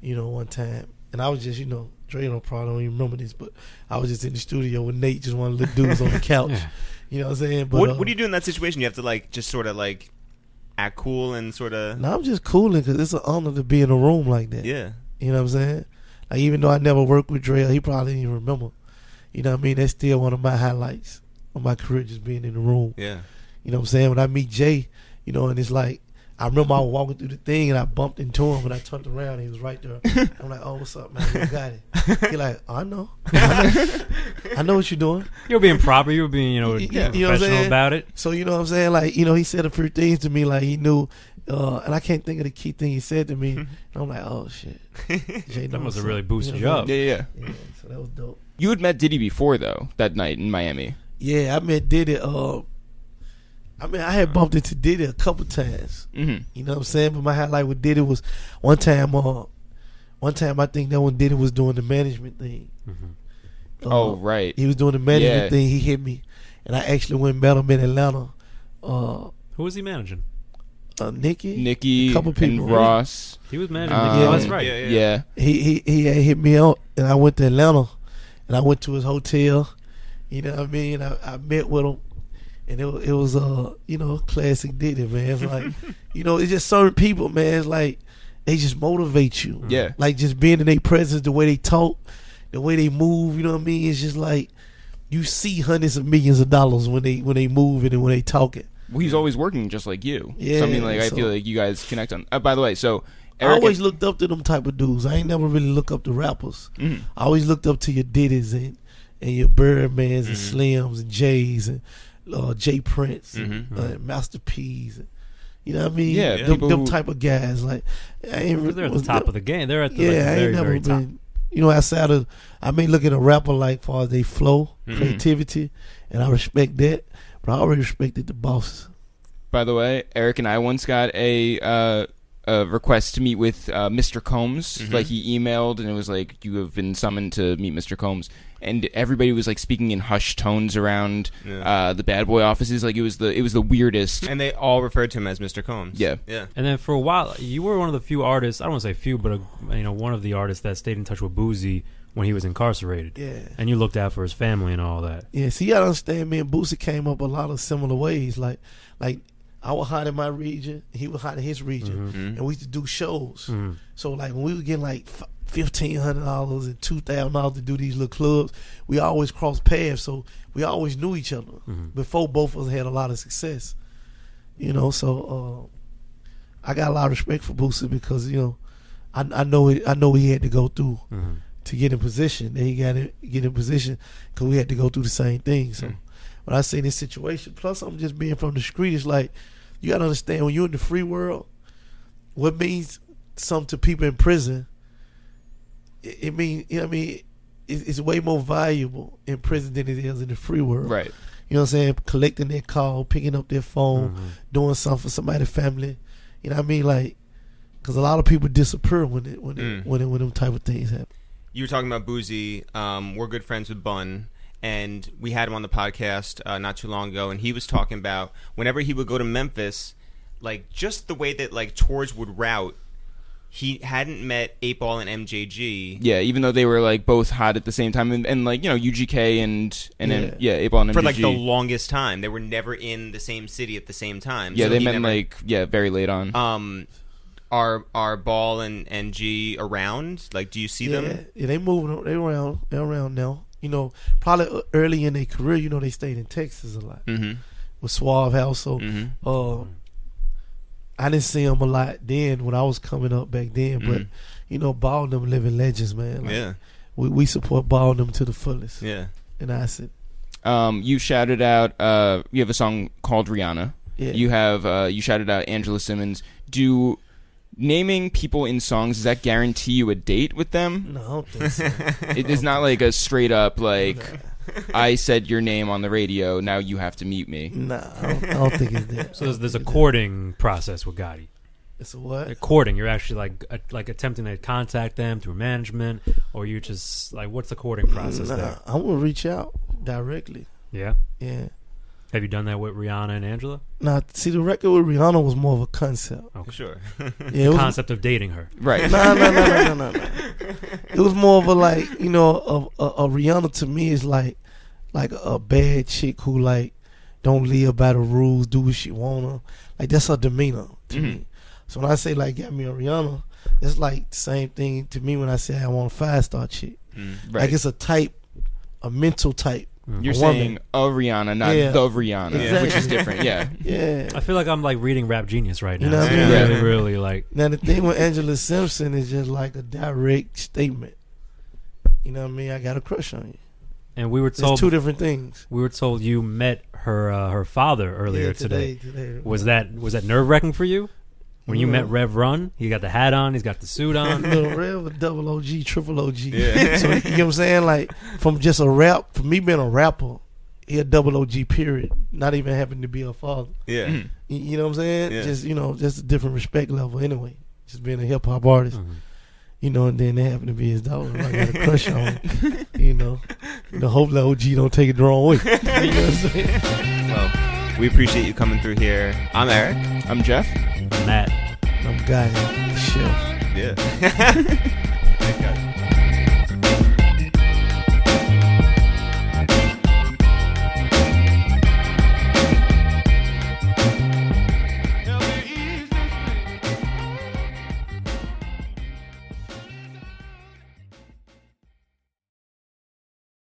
Speaker 6: You know, one time, and I was just, you know, Dre no probably don't even remember this, but I was just in the studio with Nate, just one of the little dudes on the couch.
Speaker 5: Yeah.
Speaker 6: You know what I'm saying? But
Speaker 3: What
Speaker 6: uh,
Speaker 3: What do you do in that situation? You have to like just sort of like act cool and sort of
Speaker 6: No, I'm just cooling because it's an honor to be in a room like that.
Speaker 3: yeah.
Speaker 6: You know what I'm saying? Like even though I never worked with Dre, he probably didn't even remember. You know what I mean? That's still one of my highlights of my career, just being in the room.
Speaker 3: Yeah.
Speaker 6: You know what I'm saying? When I meet Jay, you know, and it's like I remember I was walking through the thing and I bumped into him and I turned around and he was right there. I'm like, Oh, what's up, man? You got it. He like, I know. I know. I know what you're doing.
Speaker 5: You're being proper. You're being you know
Speaker 6: You- you know what I'm
Speaker 5: professional
Speaker 6: saying?
Speaker 5: about it.
Speaker 6: So you know what I'm saying? Like, you know, he said a few things to me, like he knew uh, and I can't think of the key thing he said to me. and I'm like, Oh shit. Jay
Speaker 5: That must have
Speaker 6: knows something.
Speaker 5: really boosted
Speaker 6: know
Speaker 5: you
Speaker 6: what
Speaker 5: up.
Speaker 2: Yeah, yeah.
Speaker 6: I'm saying? Yeah, so that was dope.
Speaker 2: You had met Diddy before though that night in Miami.
Speaker 6: Yeah, I met Diddy. Uh, I mean, I had bumped into Diddy a couple times.
Speaker 2: Mm-hmm.
Speaker 6: You know what I'm saying? But my highlight with Diddy was one time. Uh, one time I think that when Diddy was doing the management thing. Uh,
Speaker 2: Oh right.
Speaker 6: he was doing the management
Speaker 2: Yeah.
Speaker 6: thing. He hit me, and I actually went and met him in Atlanta. Uh,
Speaker 5: Who was he managing?
Speaker 6: uh Nikki,
Speaker 2: Nikki,
Speaker 6: a couple people.
Speaker 2: and Ross.
Speaker 5: He was managing.
Speaker 2: Um,
Speaker 5: oh, that's right.
Speaker 3: yeah,
Speaker 2: Yeah.
Speaker 6: he he he had hit me up, and I went to Atlanta, and I went to his hotel. You know what I mean? I, I met with him, and it wa- it was uh you know classic Diddy man. It's like you know it's just certain people man. It's like they just motivate you.
Speaker 2: Yeah.
Speaker 6: Like just being in their presence, the way they talk, the way they move. You know what I mean? It's just like you see hundreds of millions of dollars when they when they move and when they talking.
Speaker 2: Well, he's always working just like you.
Speaker 6: Yeah,
Speaker 2: So, I mean, like I
Speaker 6: so-
Speaker 2: feel like you guys connect on. Uh, by the way, so
Speaker 6: I
Speaker 2: Eric,
Speaker 6: always looked up to them type of dudes. I ain't never really look up to rappers.
Speaker 5: Mm-hmm.
Speaker 6: I always looked up to your Diddy's and and your
Speaker 5: Mm-hmm. Mm-hmm.
Speaker 6: Birdmans and Slims and Jays and uh, Jay Prince and uh, Master P's and You know what I mean?
Speaker 2: Yeah,
Speaker 6: them,
Speaker 2: people
Speaker 6: them
Speaker 2: who-
Speaker 6: type of guys. Like, I ain't
Speaker 5: Because they're at the
Speaker 6: was-
Speaker 5: top of the game. They're at the
Speaker 6: yeah,
Speaker 5: like,
Speaker 6: I ain't
Speaker 5: very,
Speaker 6: never
Speaker 5: very top.
Speaker 6: been. You know, outside of I may look at a rapper like far as they flow,
Speaker 5: Mm-hmm.
Speaker 6: creativity, and I respect that. But I already respected the bosses.
Speaker 2: By the way, Eric and I once got a uh, a request to meet with uh, Mr. Combs.
Speaker 3: Mm-hmm.
Speaker 2: Like he emailed and it was like you have been summoned to meet Mr. Combs, and everybody was like speaking in hushed tones around uh, the bad boy offices. Like it was the it was the weirdest.
Speaker 3: And they all referred to him as Mr. Combs.
Speaker 2: Yeah.
Speaker 3: Yeah.
Speaker 5: And then for a while, you were one of the few artists. I don't want to say few, but a, you know, one of the artists that stayed in touch with Boozy when he was incarcerated.
Speaker 6: Yeah.
Speaker 5: And you looked out for his family and all that.
Speaker 6: Yeah, see, y'all understand. Me and Boosie came up a lot of similar ways. Like, like I was hot in my region, he was hot in his region, and we used to do shows. So, like when we were getting like f- fifteen hundred dollars and two thousand dollars to do these little clubs, we always crossed paths. So we always knew each other before both of us had a lot of success. You know, so uh, I got a lot of respect for Boosie because you know, I I know it, I know what he had to go through to get in position. Then he got in, get in position because we had to go through the same thing. So when I see this situation, plus I'm just being from the street, it's like you gotta understand when you're in the free world, what means something to people in prison. It, it mean you know what I mean. It, it's way more valuable in prison than it is in the free world.
Speaker 2: Right.
Speaker 6: You know what I'm saying? Collecting their call, picking up their phone, doing something for somebody's family. You know what I mean? Like, because a lot of people disappear when it, when it,
Speaker 3: Mm.
Speaker 6: when it, when them type of things happen.
Speaker 3: you were talking about Boozy. Um, we're good friends with Bun, and we had him on the podcast uh, not too long ago, and he was talking about whenever he would go to Memphis, like just the way that like tours would route. He hadn't met Eight Ball and MJG
Speaker 2: Yeah, even though they were like both hot at the same time, and, and like you know UGK and and yeah, yeah A-Ball and
Speaker 3: for like
Speaker 2: MGG.
Speaker 3: the longest time. They were never in the same city at the same time.
Speaker 2: yeah
Speaker 3: So
Speaker 2: they
Speaker 3: he
Speaker 2: met
Speaker 3: never-
Speaker 2: like yeah very late on.
Speaker 3: um. Are are Ball and, and G around? Like, do you see
Speaker 6: Yeah,
Speaker 3: them?
Speaker 6: yeah, they moving, they around, they around now. You know, probably uh, early in their career, you know, they stayed in Texas a lot
Speaker 3: Mm-hmm.
Speaker 6: with Suave House. So,
Speaker 3: Mm-hmm.
Speaker 6: uh, I didn't see them a lot then when I was coming up back then. But
Speaker 3: Mhm.
Speaker 6: you know, Ball and them living legends, man. Like,
Speaker 3: Yeah.
Speaker 6: we we support Ball and them to the fullest.
Speaker 3: Yeah.
Speaker 6: And I said,
Speaker 2: Um, you shouted out. Uh, you have a song called Rihanna.
Speaker 6: Yeah.
Speaker 2: You have. Uh, you shouted out Angela Simmons. Do naming people in songs does that guarantee you a date with them?
Speaker 6: no, I don't think so.
Speaker 2: It is not like a straight up like I said your name on the radio. Now you have to meet me.
Speaker 6: nah, I don't, I don't think it's that.
Speaker 5: So there's, there's a courting process with Gotti.
Speaker 6: It's a what?
Speaker 5: A courting, you're actually like a, like attempting to contact them through management, or you just like what's the courting process
Speaker 6: Mm, Nah,
Speaker 5: there?
Speaker 6: I'm gonna reach out directly.
Speaker 5: Yeah.
Speaker 6: Yeah.
Speaker 5: Have you done that with Rihanna and Angela?
Speaker 6: Now, see, the record with Rihanna was more of a concept.
Speaker 3: Sure.
Speaker 6: Yeah, it was,
Speaker 5: Concept of dating her.
Speaker 2: Right.
Speaker 6: no, no, no, no, no, no. It was more of a like, you know, a, a, a Rihanna to me is like, like a bad chick who like don't live by the rules, do what she wanna. Like that's her demeanor to
Speaker 2: Mm-hmm.
Speaker 6: me. So when I say like got me a Rihanna, it's like the same thing to me when I say I want a five star chick.
Speaker 2: right. Mm.
Speaker 6: Like it's a type, a mental type.
Speaker 2: You're
Speaker 6: a woman.
Speaker 2: saying a Rihanna, not
Speaker 6: Yeah.
Speaker 2: the Rihanna, which is
Speaker 6: Exactly.
Speaker 2: different. Yeah.
Speaker 6: Yeah.
Speaker 5: I feel like I'm like reading Rap Genius right now.
Speaker 6: You know what
Speaker 5: It's
Speaker 6: I mean?
Speaker 5: Really,
Speaker 2: Yeah.
Speaker 5: really like
Speaker 6: Now the thing with Angela Simpson is just like a direct statement. You know what I mean? I got a crush on you.
Speaker 5: and we were
Speaker 6: It's
Speaker 5: told
Speaker 6: two different things.
Speaker 5: we were told you met her uh, her father earlier
Speaker 6: Yeah,
Speaker 5: today.
Speaker 6: today.
Speaker 5: Was that was that nerve wracking for you when you
Speaker 6: No.
Speaker 5: met Rev Run? He got the hat on, he's got the suit on.
Speaker 6: Little Rev, a double OG, triple OG. so you know what I'm saying? Like from just a rap, from me being a rapper, he a double OG. Period. Not even having to be a father.
Speaker 3: Yeah.
Speaker 2: Mm-hmm.
Speaker 6: You, you know what I'm saying?
Speaker 3: Yeah.
Speaker 6: Just you know, just a different respect level. Anyway, just being a hip hop artist. You know, and then they happen to be his daughter. I got a crush on him. You know, you know, hopefully OG don't take it the wrong way. You know what I'm saying?
Speaker 3: Well, we appreciate you coming through here. I'm Eric.
Speaker 2: I'm Jeff.
Speaker 5: Matt.
Speaker 6: I'm guy, chef.
Speaker 3: Yeah.